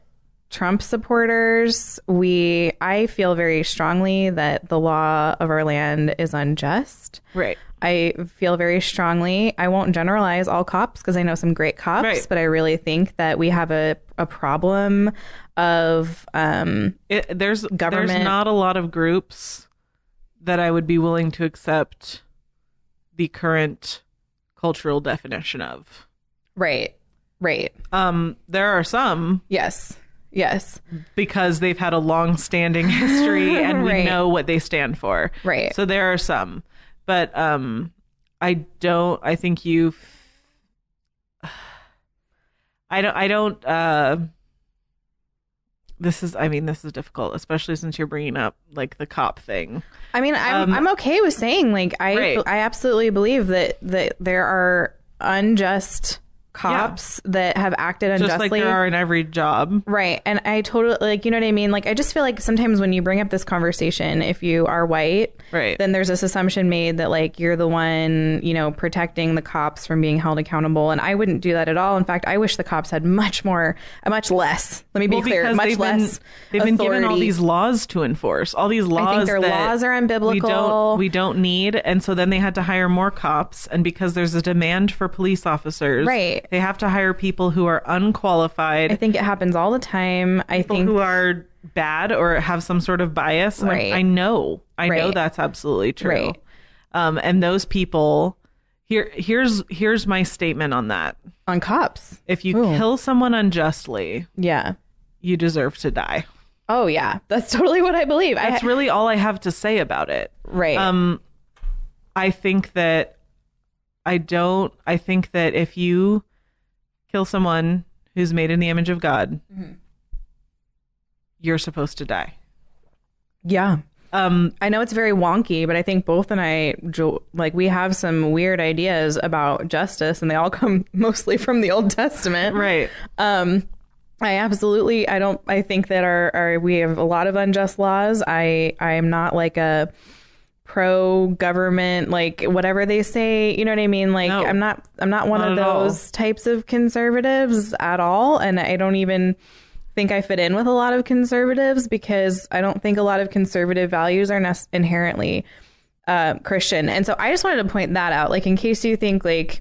A: Trump supporters. We, I feel very strongly that the law of our land is unjust.
B: Right.
A: I feel very strongly. I won't generalize all cops because I know some great cops,
B: Right.
A: but I really think that we have a, a problem of um,
B: It, there's
A: Government.
B: there's not a lot of groups that I would be willing to accept the current cultural definition of.
A: right, right.
B: Um, there are some
A: Yes, yes,
B: because they've had a long-standing history and we
A: Right.
B: know what they stand for.
A: Right.
B: So there are some, but um, I don't. I think you. I don't. I don't. Uh, this is. I mean, this is difficult, especially since you're bringing up like the cop thing.
A: I mean, I'm, I'm okay with saying like I
B: Um, Right.
A: I absolutely believe that that there are unjust cops that have acted
B: just
A: unjustly.
B: like there are in every job.
A: Right. And I totally like you know what I mean? Like I just feel like sometimes when you bring up this conversation if you are white,
B: Right.
A: then there's this assumption made that like you're the one, you know, protecting the cops from being held accountable and I wouldn't do that at all. In fact, I wish the cops had much more uh, much less. Let me be
B: Well,
A: clear,
B: because
A: much
B: they've
A: less.
B: Been, they've been given all
A: authority.
B: these laws to enforce. All these laws.
A: I think their
B: that
A: laws are
B: We
A: unbiblical.
B: don't. We don't need. And so then they had to hire more cops. And because there's a demand for police officers,
A: Right.
B: They have to hire people who are unqualified,
A: I think it happens all the time. I
B: people
A: think
B: who are bad or have some sort of bias. I-
A: Right.
B: I, know. I know
A: Right.
B: that's absolutely true.
A: Right.
B: Um, and those people. Here, here's here's my statement on that.
A: on cops.
B: If you kill someone unjustly,
A: Yeah.
B: you deserve to die.
A: Oh yeah. That's totally what I believe.
B: That's
A: I,
B: really all I have to say about it.
A: right.
B: Um, I think that I don't. I think that if you kill someone who's made in the image of God,
A: Mm-hmm.
B: you're supposed to die.
A: yeah.
B: Um,
A: I know it's very wonky, but I think both and I jo- like we have some weird ideas about justice, and they all come mostly from the Old Testament.
B: right.
A: Um, I absolutely, I don't, I think that our, our we have a lot of unjust laws. I I am not like a pro government, like whatever they say. You know what I mean? Like
B: No.
A: I'm not, I'm not one
B: Not
A: of
B: at all.
A: those types of conservatives at all, and I don't even think I fit in with a lot of conservatives because I don't think a lot of conservative values are nes- inherently uh, Christian. And so I just wanted to point that out, like in case you think like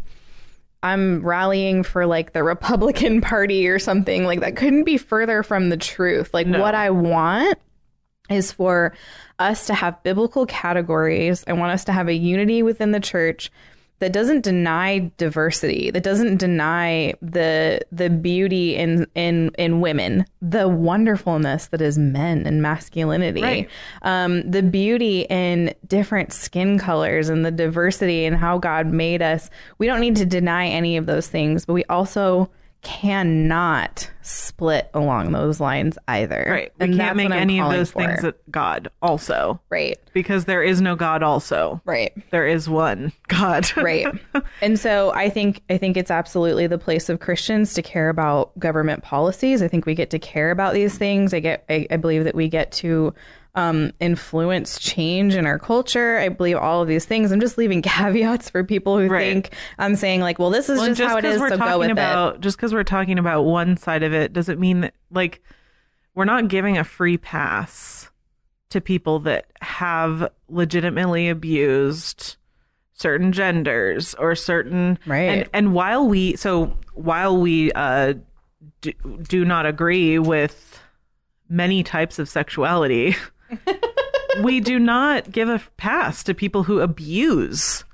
A: I'm rallying for like the Republican Party or something, like that couldn't be further from the truth. Like what I want is for us to have biblical categories. I want us to have a unity within the church that doesn't deny diversity, that doesn't deny the the beauty in in in women, the wonderfulness that is men and masculinity,
B: Right.
A: um, the beauty in different skin colors and the diversity and how God made us. We don't need to deny any of those things, but we also cannot split along those lines either.
B: Right. We
A: And that's
B: can't make
A: what I'm
B: any of
A: calling
B: those
A: for.
B: things that God also,
A: Right.
B: because there is no God also.
A: Right.
B: There is one God.
A: Right. and so I think I think it's absolutely the place of Christians to care about government policies. I think we get to care about these things. I get I, I believe that we get to um, influence change in our culture. I believe all of these things. I'm just leaving caveats for people who
B: Right.
A: think I'm saying like, well, this is
B: Well, and
A: just, how it
B: because
A: is.
B: we're
A: So go
B: talking
A: with it.
B: about, Just because we're talking about one side of it doesn't mean that, like, we're not giving a free pass to people that have legitimately abused certain genders or certain
A: Right.
B: and and while we so while we uh do, do not agree with many types of sexuality we do not give a pass to people who abuse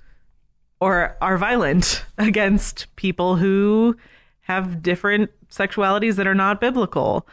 B: or are violent against people who have different sexualities that are not biblical.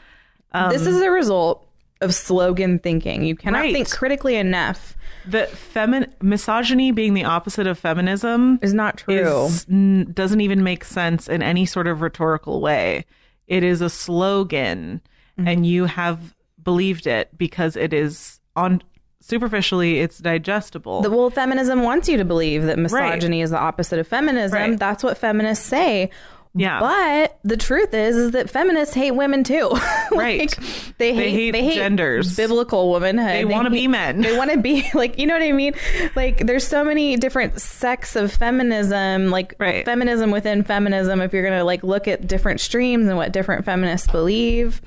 B: um,
A: this is a result of slogan thinking. You cannot
B: Right.
A: think critically enough.
B: The femin misogyny being the opposite of feminism
A: Is not true.
B: is, n- doesn't even make sense in any sort of rhetorical way. It is a slogan,
A: Mm-hmm.
B: and you have believed it because it is on superficially it's digestible.
A: The, well, feminism wants you to believe that misogyny is the opposite of feminism.
B: Right.
A: That's what feminists say.
B: yeah,
A: But the truth is, is that feminists hate women too. Like,
B: Right.
A: They hate,
B: hate
A: they hate
B: genders.
A: biblical womanhood.
B: they want to
A: hate-
B: be men.
A: They want to be like you know what I mean. Like there's so many different sects of feminism, like
B: Right.
A: feminism within feminism. If you're gonna like look at different streams and what different feminists believe,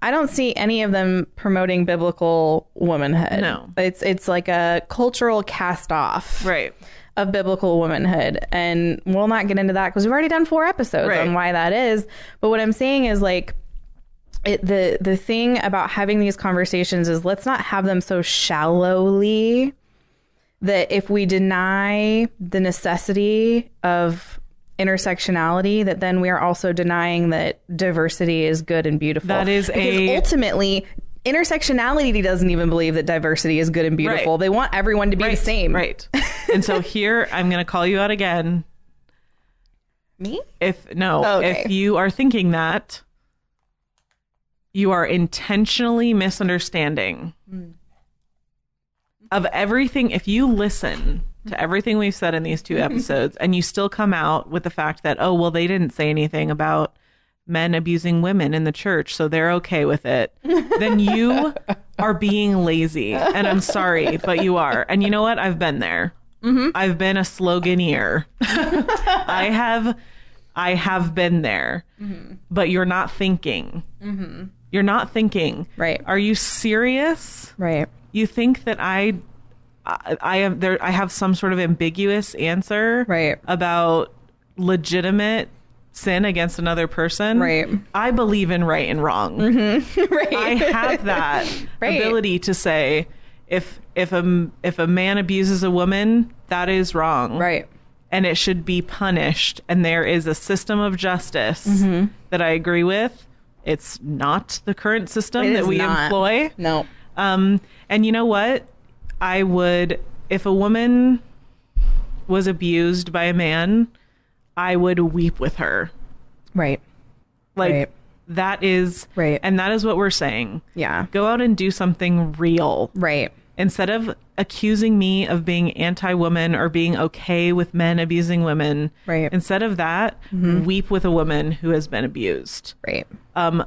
A: I don't see any of them promoting biblical womanhood.
B: No.
A: it's it's like a cultural cast off
B: right.
A: of biblical womanhood. And we'll not get into that because we've already done four episodes
B: Right.
A: on why that is. But what I'm saying is like it, the the thing about having these conversations is let's not have them so shallowly that if we deny the necessity of intersectionality that then we are also denying that diversity is good and beautiful
B: That is
A: because
B: a-
A: ultimately intersectionality doesn't even believe that diversity is good and beautiful
B: Right.
A: they want everyone to be the same
B: Right. And so here I'm going to call you out again.
A: me
B: If no,
A: Okay.
B: if you are thinking that, you are intentionally misunderstanding of everything. If you listen to everything we've said in these two episodes, and you still come out with the fact that, oh, well, they didn't say anything about men abusing women in the church, so they're okay with it, then you are being lazy. And I'm sorry, but you are. And you know what? I've been there. I've been a sloganeer. I have, I have been there. But you're not thinking. You're not thinking.
A: Right.
B: Are you serious?
A: Right.
B: you think that I, I, I am there. I have some sort of ambiguous answer,
A: Right.
B: About legitimate sin against another person,
A: Right. Mm-hmm.
B: I believe in right and wrong.
A: right.
B: I have that
A: Right.
B: ability to say if if a m- if a man abuses a woman, that is wrong,
A: right.
B: and it should be punished. And there is a system of justice
A: Mm-hmm.
B: that I agree with. It's not the current system
A: It
B: that
A: is
B: we
A: not.
B: employ.
A: No.
B: Um, and you know what? I would, if a woman was abused by a man, I would weep with her.
A: Right.
B: Like
A: Right.
B: that is
A: Right.
B: and that is what we're saying.
A: Yeah.
B: Go out and do something real
A: Right.
B: instead of accusing me of being anti-woman or being okay with men abusing women.
A: Right. Mm-hmm.
B: Instead of that, weep with a woman who has been abused
A: Right.
B: um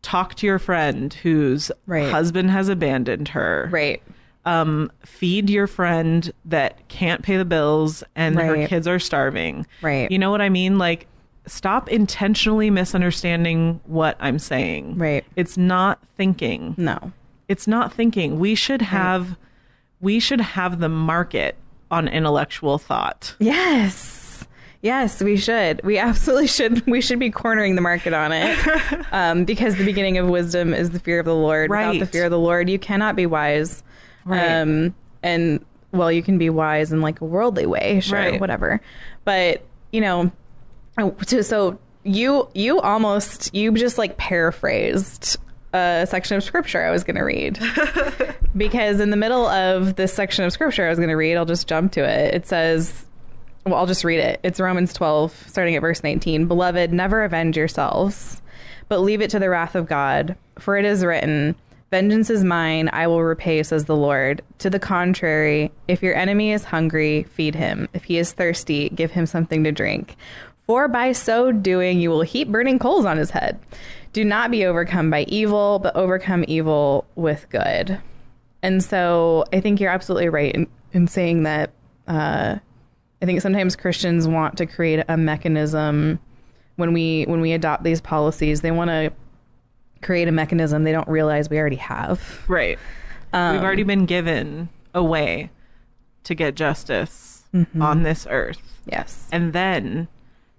B: talk to your friend whose
A: Right.
B: husband has abandoned her
A: Right.
B: um feed your friend that can't pay the bills and her
A: Right.
B: kids are starving
A: Right.
B: you know what i mean like stop intentionally misunderstanding what i'm saying
A: Right.
B: it's not thinking
A: No.
B: it's not thinking we should have we should have the market on intellectual thought
A: Yes. Yes, we should. We absolutely should. We should be cornering the market on it, um, because the beginning of wisdom is the fear of the Lord. Without the
B: Right.
A: fear of the Lord, you cannot be wise.
B: Right.
A: Um, and well, you can be wise in like a worldly way, sure,
B: Right.
A: whatever. But you know, oh, so, so you you almost you just like paraphrased a section of scripture I was going to read. because in the middle of this section of scripture I was going to read, I'll just jump to it. It says, well, I'll just read it. It's Romans 12, starting at verse 19. Beloved, never avenge yourselves, but leave it to the wrath of God, for it is written, Vengeance is mine, I will repay, says the Lord. To the contrary, if your enemy is hungry, feed him. If he is thirsty, give him something to drink. For by so doing, you will heap burning coals on his head. Do not be overcome by evil, but overcome evil with good. And so I think you're absolutely right in, in saying that uh, I think sometimes Christians want to create a mechanism when we when we adopt these policies, they want to create a mechanism they don't realize we already have.
B: Right. We've
A: Um,
B: already been given a way to get justice
A: Mm-hmm.
B: on this earth.
A: Yes.
B: And then,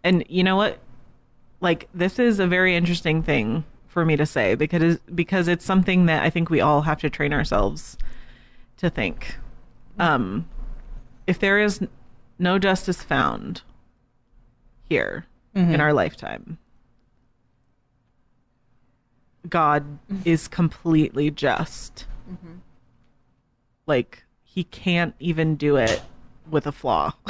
B: and you know what? Like, this is a very interesting thing for me to say because, because it's something that I think we all have to train ourselves to think. Um, if there is n- no justice found here in our lifetime, God is completely just. Like, he can't even do it with a flaw.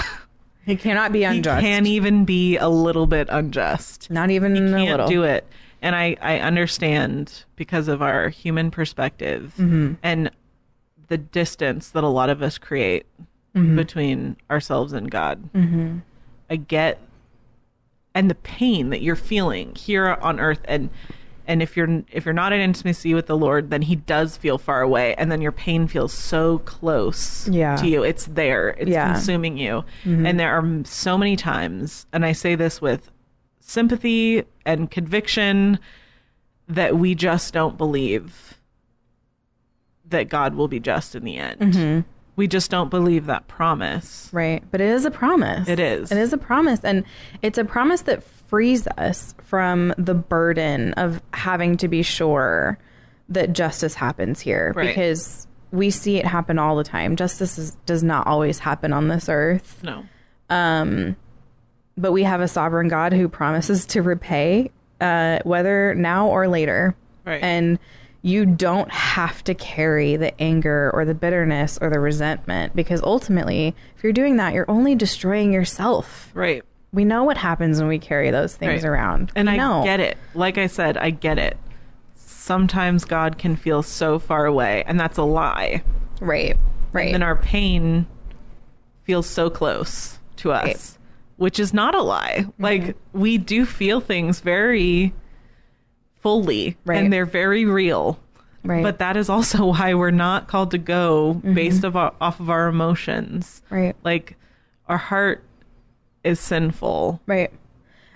A: He cannot be
B: he
A: unjust.
B: can't even be a little bit unjust.
A: Not even Mm, a
B: Can't
A: little.
B: do it. And I, I understand because of our human perspective
A: Mm-hmm.
B: and the distance that a lot of us create
A: Mm-hmm.
B: between ourselves and God. I get and the pain that you're feeling here on earth and and if you're if you're not in intimacy with the Lord, then he does feel far away and then your pain feels so close
A: Yeah.
B: to you. It's there. It's
A: Yeah.
B: consuming you. And there are m- so many times and I say this with sympathy and conviction that we just don't believe that God will be just in the end. We just don't believe that promise.
A: Right. But it is a promise.
B: It is.
A: It is a promise. And it's a promise that frees us from the burden of having to be sure that justice happens here
B: Right.
A: because we see it happen all the time. Justice is, does not always happen on this earth.
B: No.
A: but we have a sovereign God who promises to repay, uh, whether now or later.
B: Right.
A: And you don't have to carry the anger or the bitterness or the resentment because ultimately, if you're doing that, you're only destroying yourself.
B: Right.
A: We know what happens when we carry those things
B: Right.
A: around.
B: And
A: we
B: I
A: know.
B: get it. Like I said, I get it. Sometimes God can feel so far away, and that's a lie.
A: Right. Right.
B: And our pain feels so close to us, which is not a lie.
A: Mm-hmm.
B: Like we do feel things very fully,
A: Right.
B: and they're very real.
A: Right. Mm-hmm.
B: But that is also why we're not called to go based of our, off of our emotions.
A: right.
B: Like our heart is sinful.
A: Right.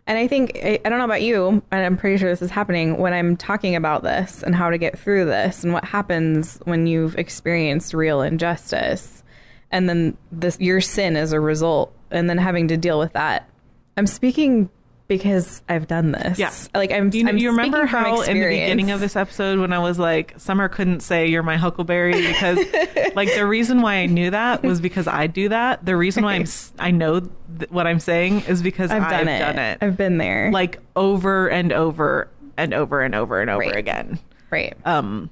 A: And I think, I, I don't know about you, and I'm pretty sure this is happening when I'm talking about this and how to get through this and what happens when you've experienced real injustice. And then this, your sin is a result, and then having to deal with that. I'm speaking because I've done this.
B: Yeah.
A: Like, I'm,
B: You, know,
A: I'm
B: you remember
A: speaking from
B: how in the
A: experience.
B: beginning of this episode when I was like, Summer couldn't say you're my huckleberry because, like, the reason why I knew that was because I do that. The reason why I'm s- I know th- what I'm saying is because
A: I've done, it.
B: done it,
A: I've been there.
B: like over and over and over and over and over
A: Right.
B: again.
A: right.
B: Um,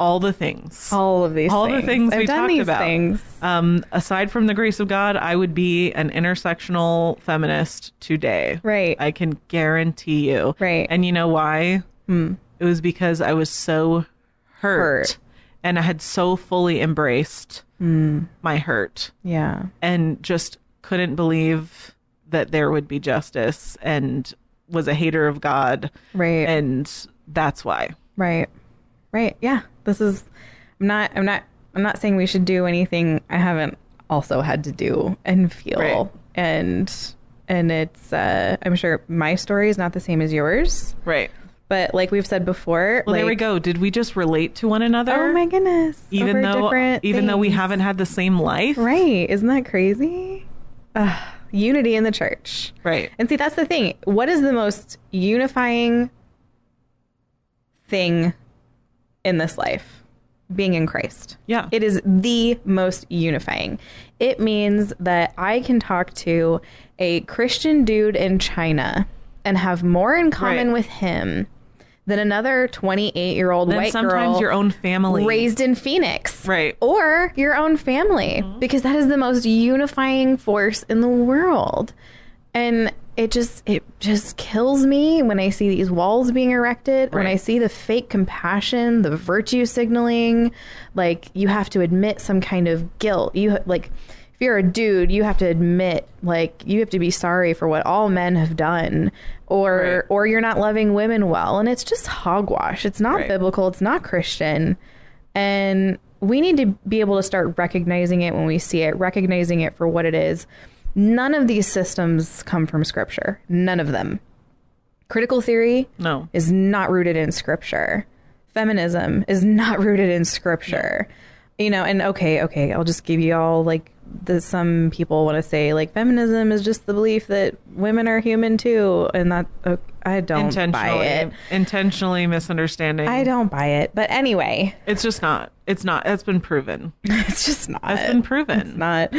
B: all the things.
A: all of these
B: all
A: things.
B: the things
A: I've
B: we
A: done
B: talked
A: these
B: about.
A: things.
B: Um, aside from the grace of God, I would be an intersectional feminist today.
A: Right.
B: I can guarantee you.
A: Right. Hmm.
B: And you know why? It was because I was so hurt,
A: Hurt.
B: and I had so fully embraced
A: Hmm.
B: my hurt
A: yeah.
B: and just couldn't believe that there would be justice and was a hater of God.
A: Right.
B: And that's why.
A: Right. Right. Yeah. This is I'm not I'm not I'm not saying we should do anything I haven't also had to do and feel.
B: Right.
A: And and it's uh I'm sure my story is not the same as yours.
B: Right.
A: But like we've said before,
B: Well, there we
A: like-
B: go. Did we just relate to one another?
A: Oh my goodness.
B: even
A: over
B: though
A: different
B: even though we
A: things.
B: haven't had the same life
A: Right. Isn't that crazy? Ugh, unity in the church.
B: right
A: And see, that's the thing. What is the most unifying thing in this life? Being in Christ.
B: Yeah.
A: It is the most unifying. It means that I can talk to a Christian dude in China and have more in common
B: Right.
A: with him than another 28 year old
B: then
A: white
B: sometimes
A: girl
B: your own family
A: raised in Phoenix.
B: Right. Mm-hmm.
A: Or your own family, because that is the most unifying force in the world. And it just it just kills me when I see these walls being erected, when
B: Right.
A: I see the fake compassion, the virtue signaling, like you have to admit some kind of guilt. You ha- like if you're a dude, you have to admit like you have to be sorry for what all men have done or
B: Right.
A: or you're not loving women well and it's just hogwash. It's not
B: Right.
A: biblical, it's not Christian. And we need to be able to start recognizing it when we see it, recognizing it for what it is. None of these systems come from scripture. None of them. Critical theory
B: no
A: is not rooted in scripture. Feminism is not rooted in scripture. You know, and okay, okay, I'll just give you all like the some people want to say like feminism is just the belief that women are human too and that uh, I don't buy it.
B: intentionally intentionally misunderstanding
A: I don't buy it. But anyway,
B: it's just not it's not that's been proven
A: it's just not.
B: that's been proven
A: not.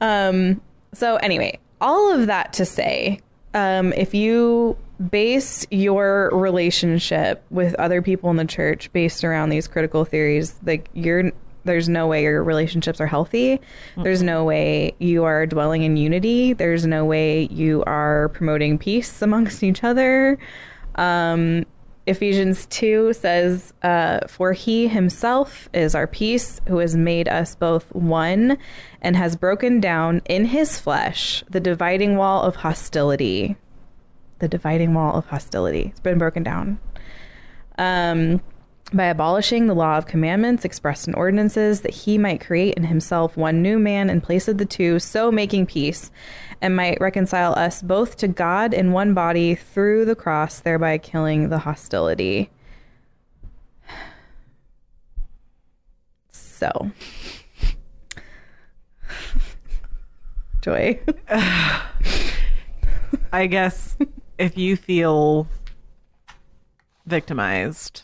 A: Um, so anyway, all of that to say, um, if you base your relationship with other people in the church based around these critical theories, like you're there's no way your relationships are healthy. There's no way you are dwelling in unity. There's no way you are promoting peace amongst each other. Um, Ephesians 2 says, uh, For he himself is our peace, who has made us both one and has broken down in his flesh the dividing wall of hostility. The dividing wall of hostility. It's been broken down. Um, by abolishing the law of commandments expressed in ordinances, that he might create in himself one new man in place of the two, so making peace, and might reconcile us both to God in one body through the cross, thereby killing the hostility. So. Joy.
B: i guess if you feel victimized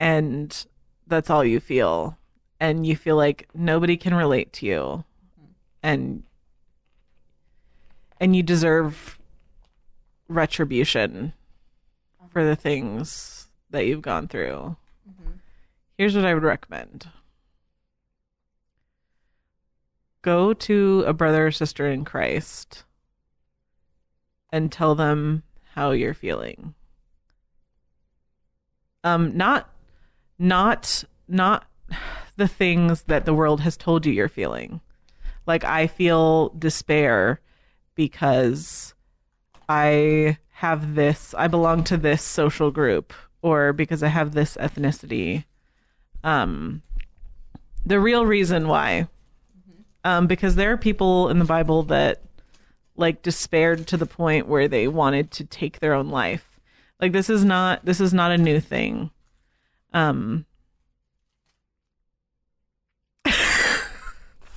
B: and that's all you feel and you feel like nobody can relate to you and and you deserve retribution for the things that you've gone through here's what i would recommend go to a brother or sister in christ and tell them how you're feeling um not not not the things that the world has told you you're feeling Like I feel despair because I have this, I belong to this social group or because I have this ethnicity. Um, the real reason why, um, because there are people in the Bible that like despaired to the point where they wanted to take their own life. Like this is not this is not a new thing. Um,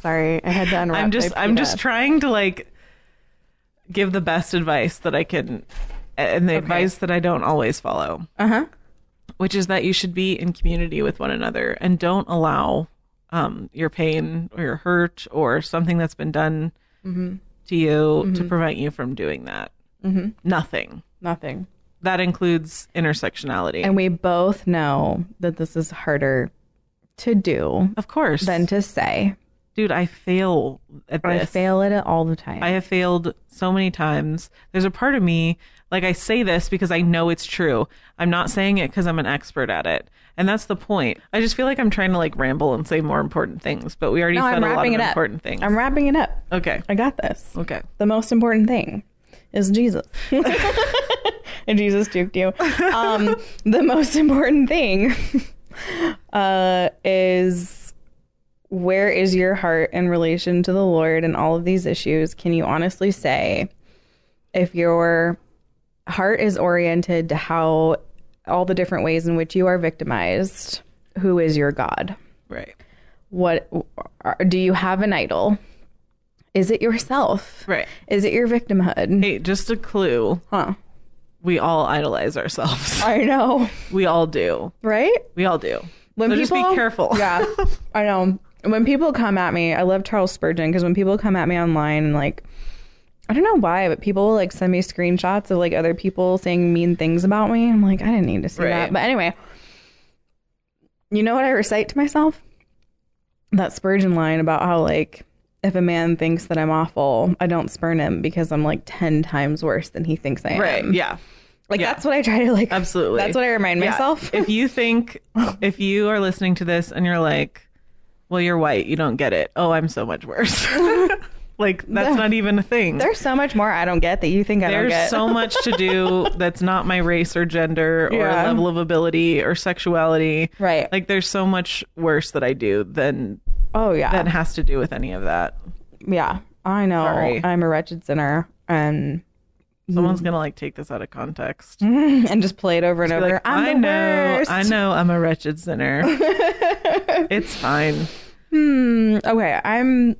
C: Sorry, I had to unwrap.
B: I'm
C: my
B: just I'm just
C: pita.
B: trying to like give the best advice that I can and the advice that I don't always follow.
A: Uh-huh.
B: Which is that you should be in community with one another and don't allow um, your pain or your hurt or something that's been done to you to prevent you from doing that. Mm-hmm. Nothing.
C: nothing.
B: That includes intersectionality.
A: And we both know that this is harder to do
B: of course.
A: than to say.
B: Dude, I fail at this.
A: I fail at it all the time.
B: I have failed so many times. There's a part of me, like I say this because I know it's true. I'm not saying it because I'm an expert at it. And that's the point. I just feel like I'm trying to like ramble and say more important things, but we already
A: no,
B: said
A: I'm
B: a lot of
A: wrapping it up.
B: important things.
A: I'm wrapping it up.
B: okay.
A: I got this.
B: Okay.
A: The most important thing is Jesus. and Jesus juked you. Um, the most important thing uh, is where is your heart in relation to the Lord and all of these issues? Can you honestly say if your heart is oriented to how all the different ways in which you are victimized, who is your God?
B: Right.
A: What are, do you have an idol? Is it yourself?
B: Right.
A: Is it your victimhood?
B: Hey, just a clue.
A: Huh.
B: We all idolize ourselves.
A: I know,
B: we all do.
A: right?
B: We all do.
A: When
B: So just be careful.
A: yeah, I know. When people come at me, I love Charles Spurgeon because when people come at me online and like, I don't know why, but people like send me screenshots of like other people saying mean things about me. I'm like, I didn't need to see
B: Right.
A: that. But anyway, you know what I recite to myself? That Spurgeon line about how like if a man thinks that I'm awful, I don't spurn him because I'm like ten times worse than he thinks I
B: Right.
A: am.
B: Yeah.
A: Like
B: Yeah.
A: that's what I try to like.
B: Absolutely.
A: That's what I remind
B: Yeah.
A: myself.
B: if you think, if you are listening to this and you're like, well, you're white, you don't get it. Oh, I'm so much worse. like, that's not even a thing.
A: There's so much more I don't get that you think I don't
B: There's
A: get.
B: so much to do that's not my race or gender or
A: Yeah.
B: level of ability or sexuality.
A: Right.
B: Like, there's so much worse that I do than
A: oh yeah,
B: that has to do with any of that.
A: yeah. I know.
B: Sorry.
A: I'm a wretched sinner, and
B: Someone's
A: Mm-hmm.
B: going to like take this out of context.
A: and just play it over and
B: Be
A: over.
B: like,
A: Mm-hmm. I'm
B: I
A: the
B: know,
A: worst.
B: I know I'm a wretched sinner. it's fine.
A: Okay, I'm.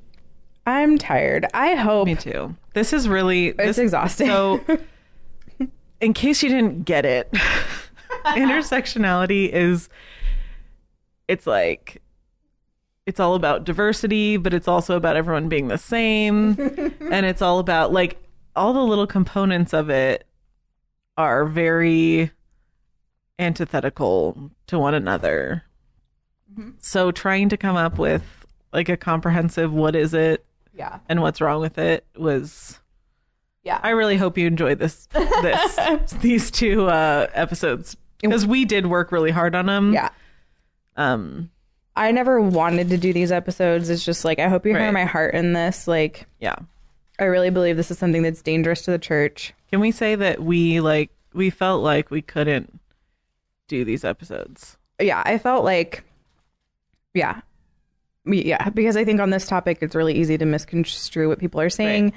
A: I'm tired. I hope
B: Me too. This is really
A: it's
B: this
A: exhausting.
B: So, in case you didn't get it, intersectionality is it's like it's all about diversity, but it's also about everyone being the same, and it's all about like all the little components of it are very antithetical to one another. So trying to come up with like a comprehensive what is it
A: yeah,
B: and what's wrong with it was
A: Yeah.
B: i really hope you enjoyed this this these two uh episodes because we did work really hard on them
A: yeah.
B: um
A: I never wanted to do these episodes. It's just like I hope you hear
B: Right.
A: my heart in this. Like
B: yeah
A: I really believe this is something that's dangerous to the church.
B: can we say that we like we felt like we couldn't do these episodes
A: yeah, I felt like, yeah, Me- yeah, because I think on this topic it's really easy to misconstrue what people are saying,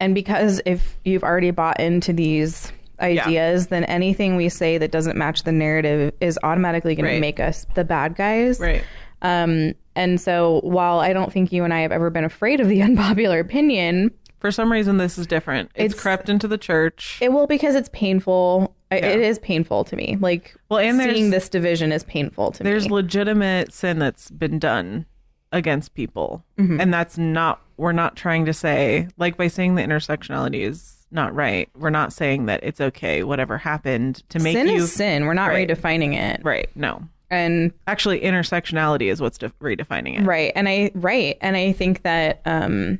A: and because if you've already bought into these ideas, then anything we say that doesn't match the narrative is automatically going
B: Right.
A: to make us the bad guys.
B: right
A: Um, and so while I don't think you and I have ever been afraid of the unpopular opinion,
B: for some reason this is different it's,
A: It's-
B: crept into the church
A: it will because it's painful. I
B: Yeah.
A: It is painful to me. Like
B: Well, and there's-
A: seeing this division is painful to
B: there's
A: me.
B: legitimate sin that's been done against people
A: Mm-hmm.
B: and that's not we're not trying to say like by saying that intersectionality is not right we're not saying that it's okay whatever happened to make
A: sin
B: you
A: is sin. We're not
B: Right.
A: redefining it.
B: right no
A: And
B: actually intersectionality is what's de- redefining it
A: right. And I right. And I think that um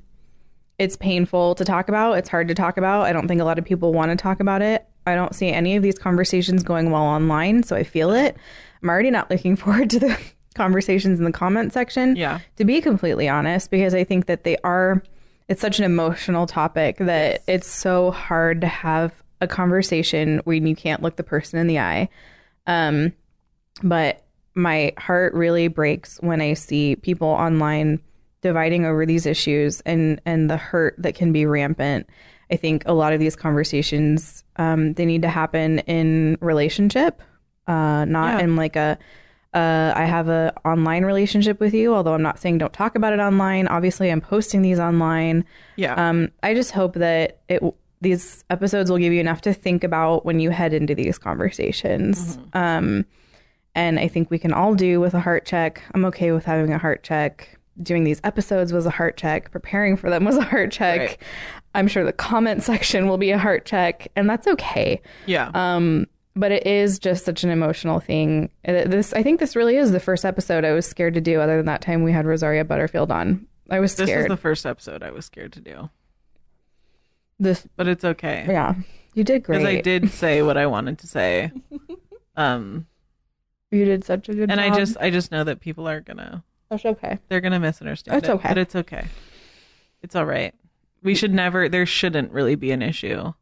A: it's painful to talk about. It's hard to talk about. I don't think a lot of people want to talk about it. I don't see any of these conversations going well online, so I feel it. I'm already not looking forward to the conversations in the comment section.
B: Yeah.
A: To be completely honest, because I think that they are, it's such an emotional topic that it's so hard to have a conversation when you can't look the person in the eye. Um, but my heart really breaks when I see people online dividing over these issues and and the hurt that can be rampant. I think a lot of these conversations um, they need to happen in relationship, uh, not in like a uh, I have a online relationship with you. Although I'm not saying don't talk about it online. Obviously, I'm posting these online.
B: Yeah.
A: Um, I just hope that it these episodes will give you enough to think about when you head into these conversations. Um, and I think we can all do with a heart check. I'm okay with having a heart check. Doing these episodes was a heart check. Preparing for them was a heart check.
B: Right.
A: I'm sure the comment section will be a heart check, and that's okay.
B: yeah.
A: Um, but it is just such an emotional thing. Uh, This, I think, this really is the first episode I was scared to do. Other than that time we had Rosaria Butterfield on, I was
B: this is
A: scared.
B: the first episode I was scared to do,
A: this,
B: but it's okay.
A: yeah, you did great.
B: because I did say what I wanted to say. Um,
A: You did such a good
B: and
A: job.
B: I just I just know that people are gonna
A: that's okay.
B: they're gonna misunderstand.
A: It's
B: it,
A: okay.
B: but it's okay. It's all right. We should never. There shouldn't really be an issue,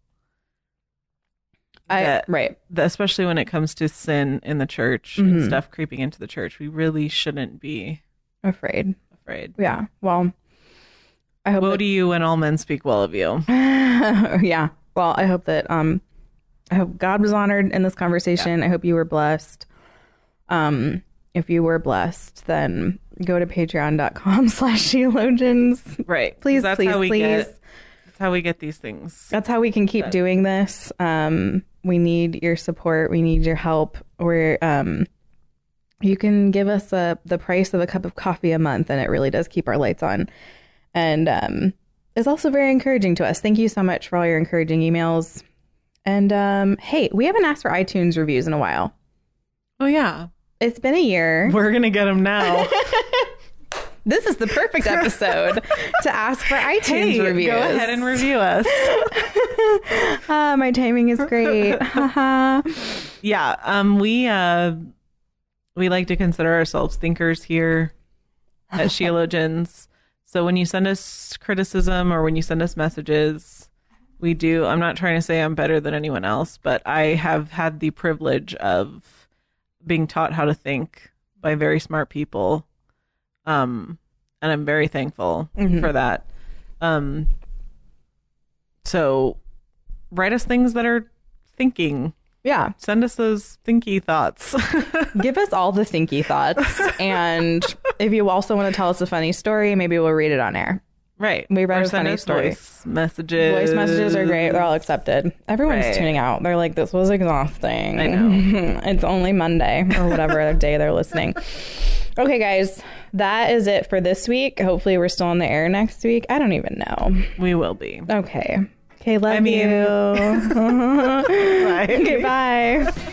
A: I
B: That-
A: right.
B: th- especially when it comes to sin in the church and
A: Mhm.
B: stuff creeping into the church. We really shouldn't be
A: Afraid.
B: afraid.
A: Yeah. Well, I hope.
B: Woe to you when all men speak well of you.
A: that- yeah. Well, I hope that um, I hope God was honored in this conversation. I hope you were blessed. Um, if you were blessed, then go to patreon.com slash theologians.
B: Right. 'Cause
A: Please,
B: That's
A: please,
B: how we
A: please.
B: Get, that's how we get these things.
A: That's how we can keep doing this. Um, we need your support. We need your help. We're um, you can give us a, the price of a cup of coffee a month, and it really does keep our lights on. And um, it's also very encouraging to us. Thank you so much for all your encouraging emails. And um, hey, we haven't asked for iTunes reviews in a while.
B: Oh yeah,
A: It's been a year.
B: we're gonna get them now.
A: This is the perfect episode to ask for iTunes
B: hey,
A: reviews.
B: go ahead and review us.
A: Ah, my timing is great. Haha.
B: Yeah, um, we uh, we like to consider ourselves thinkers here at Sheologians. So when you send us criticism or when you send us messages, we do. I'm not trying to say I'm better than anyone else, but I have had the privilege of being taught how to think by very smart people, um, and I'm very thankful for that. Um, so write us things that are thinking
A: yeah.
B: send us those thinky thoughts.
A: give us all the thinky thoughts and if you also want to tell us a funny story maybe we'll read it on air
B: right.
A: We read
B: Or
A: a
B: send
A: funny
B: us
A: story.
B: Voice messages.
A: voice messages are great they're all accepted everyone's
B: Right.
A: tuning out they're like this was exhausting
B: I know.
A: it's only monday or whatever day they're listening okay guys that is it for this week hopefully we're still on the air next week i don't even know
B: We will be.
A: okay okay love
B: mean-
A: you
B: Bye.
A: okay bye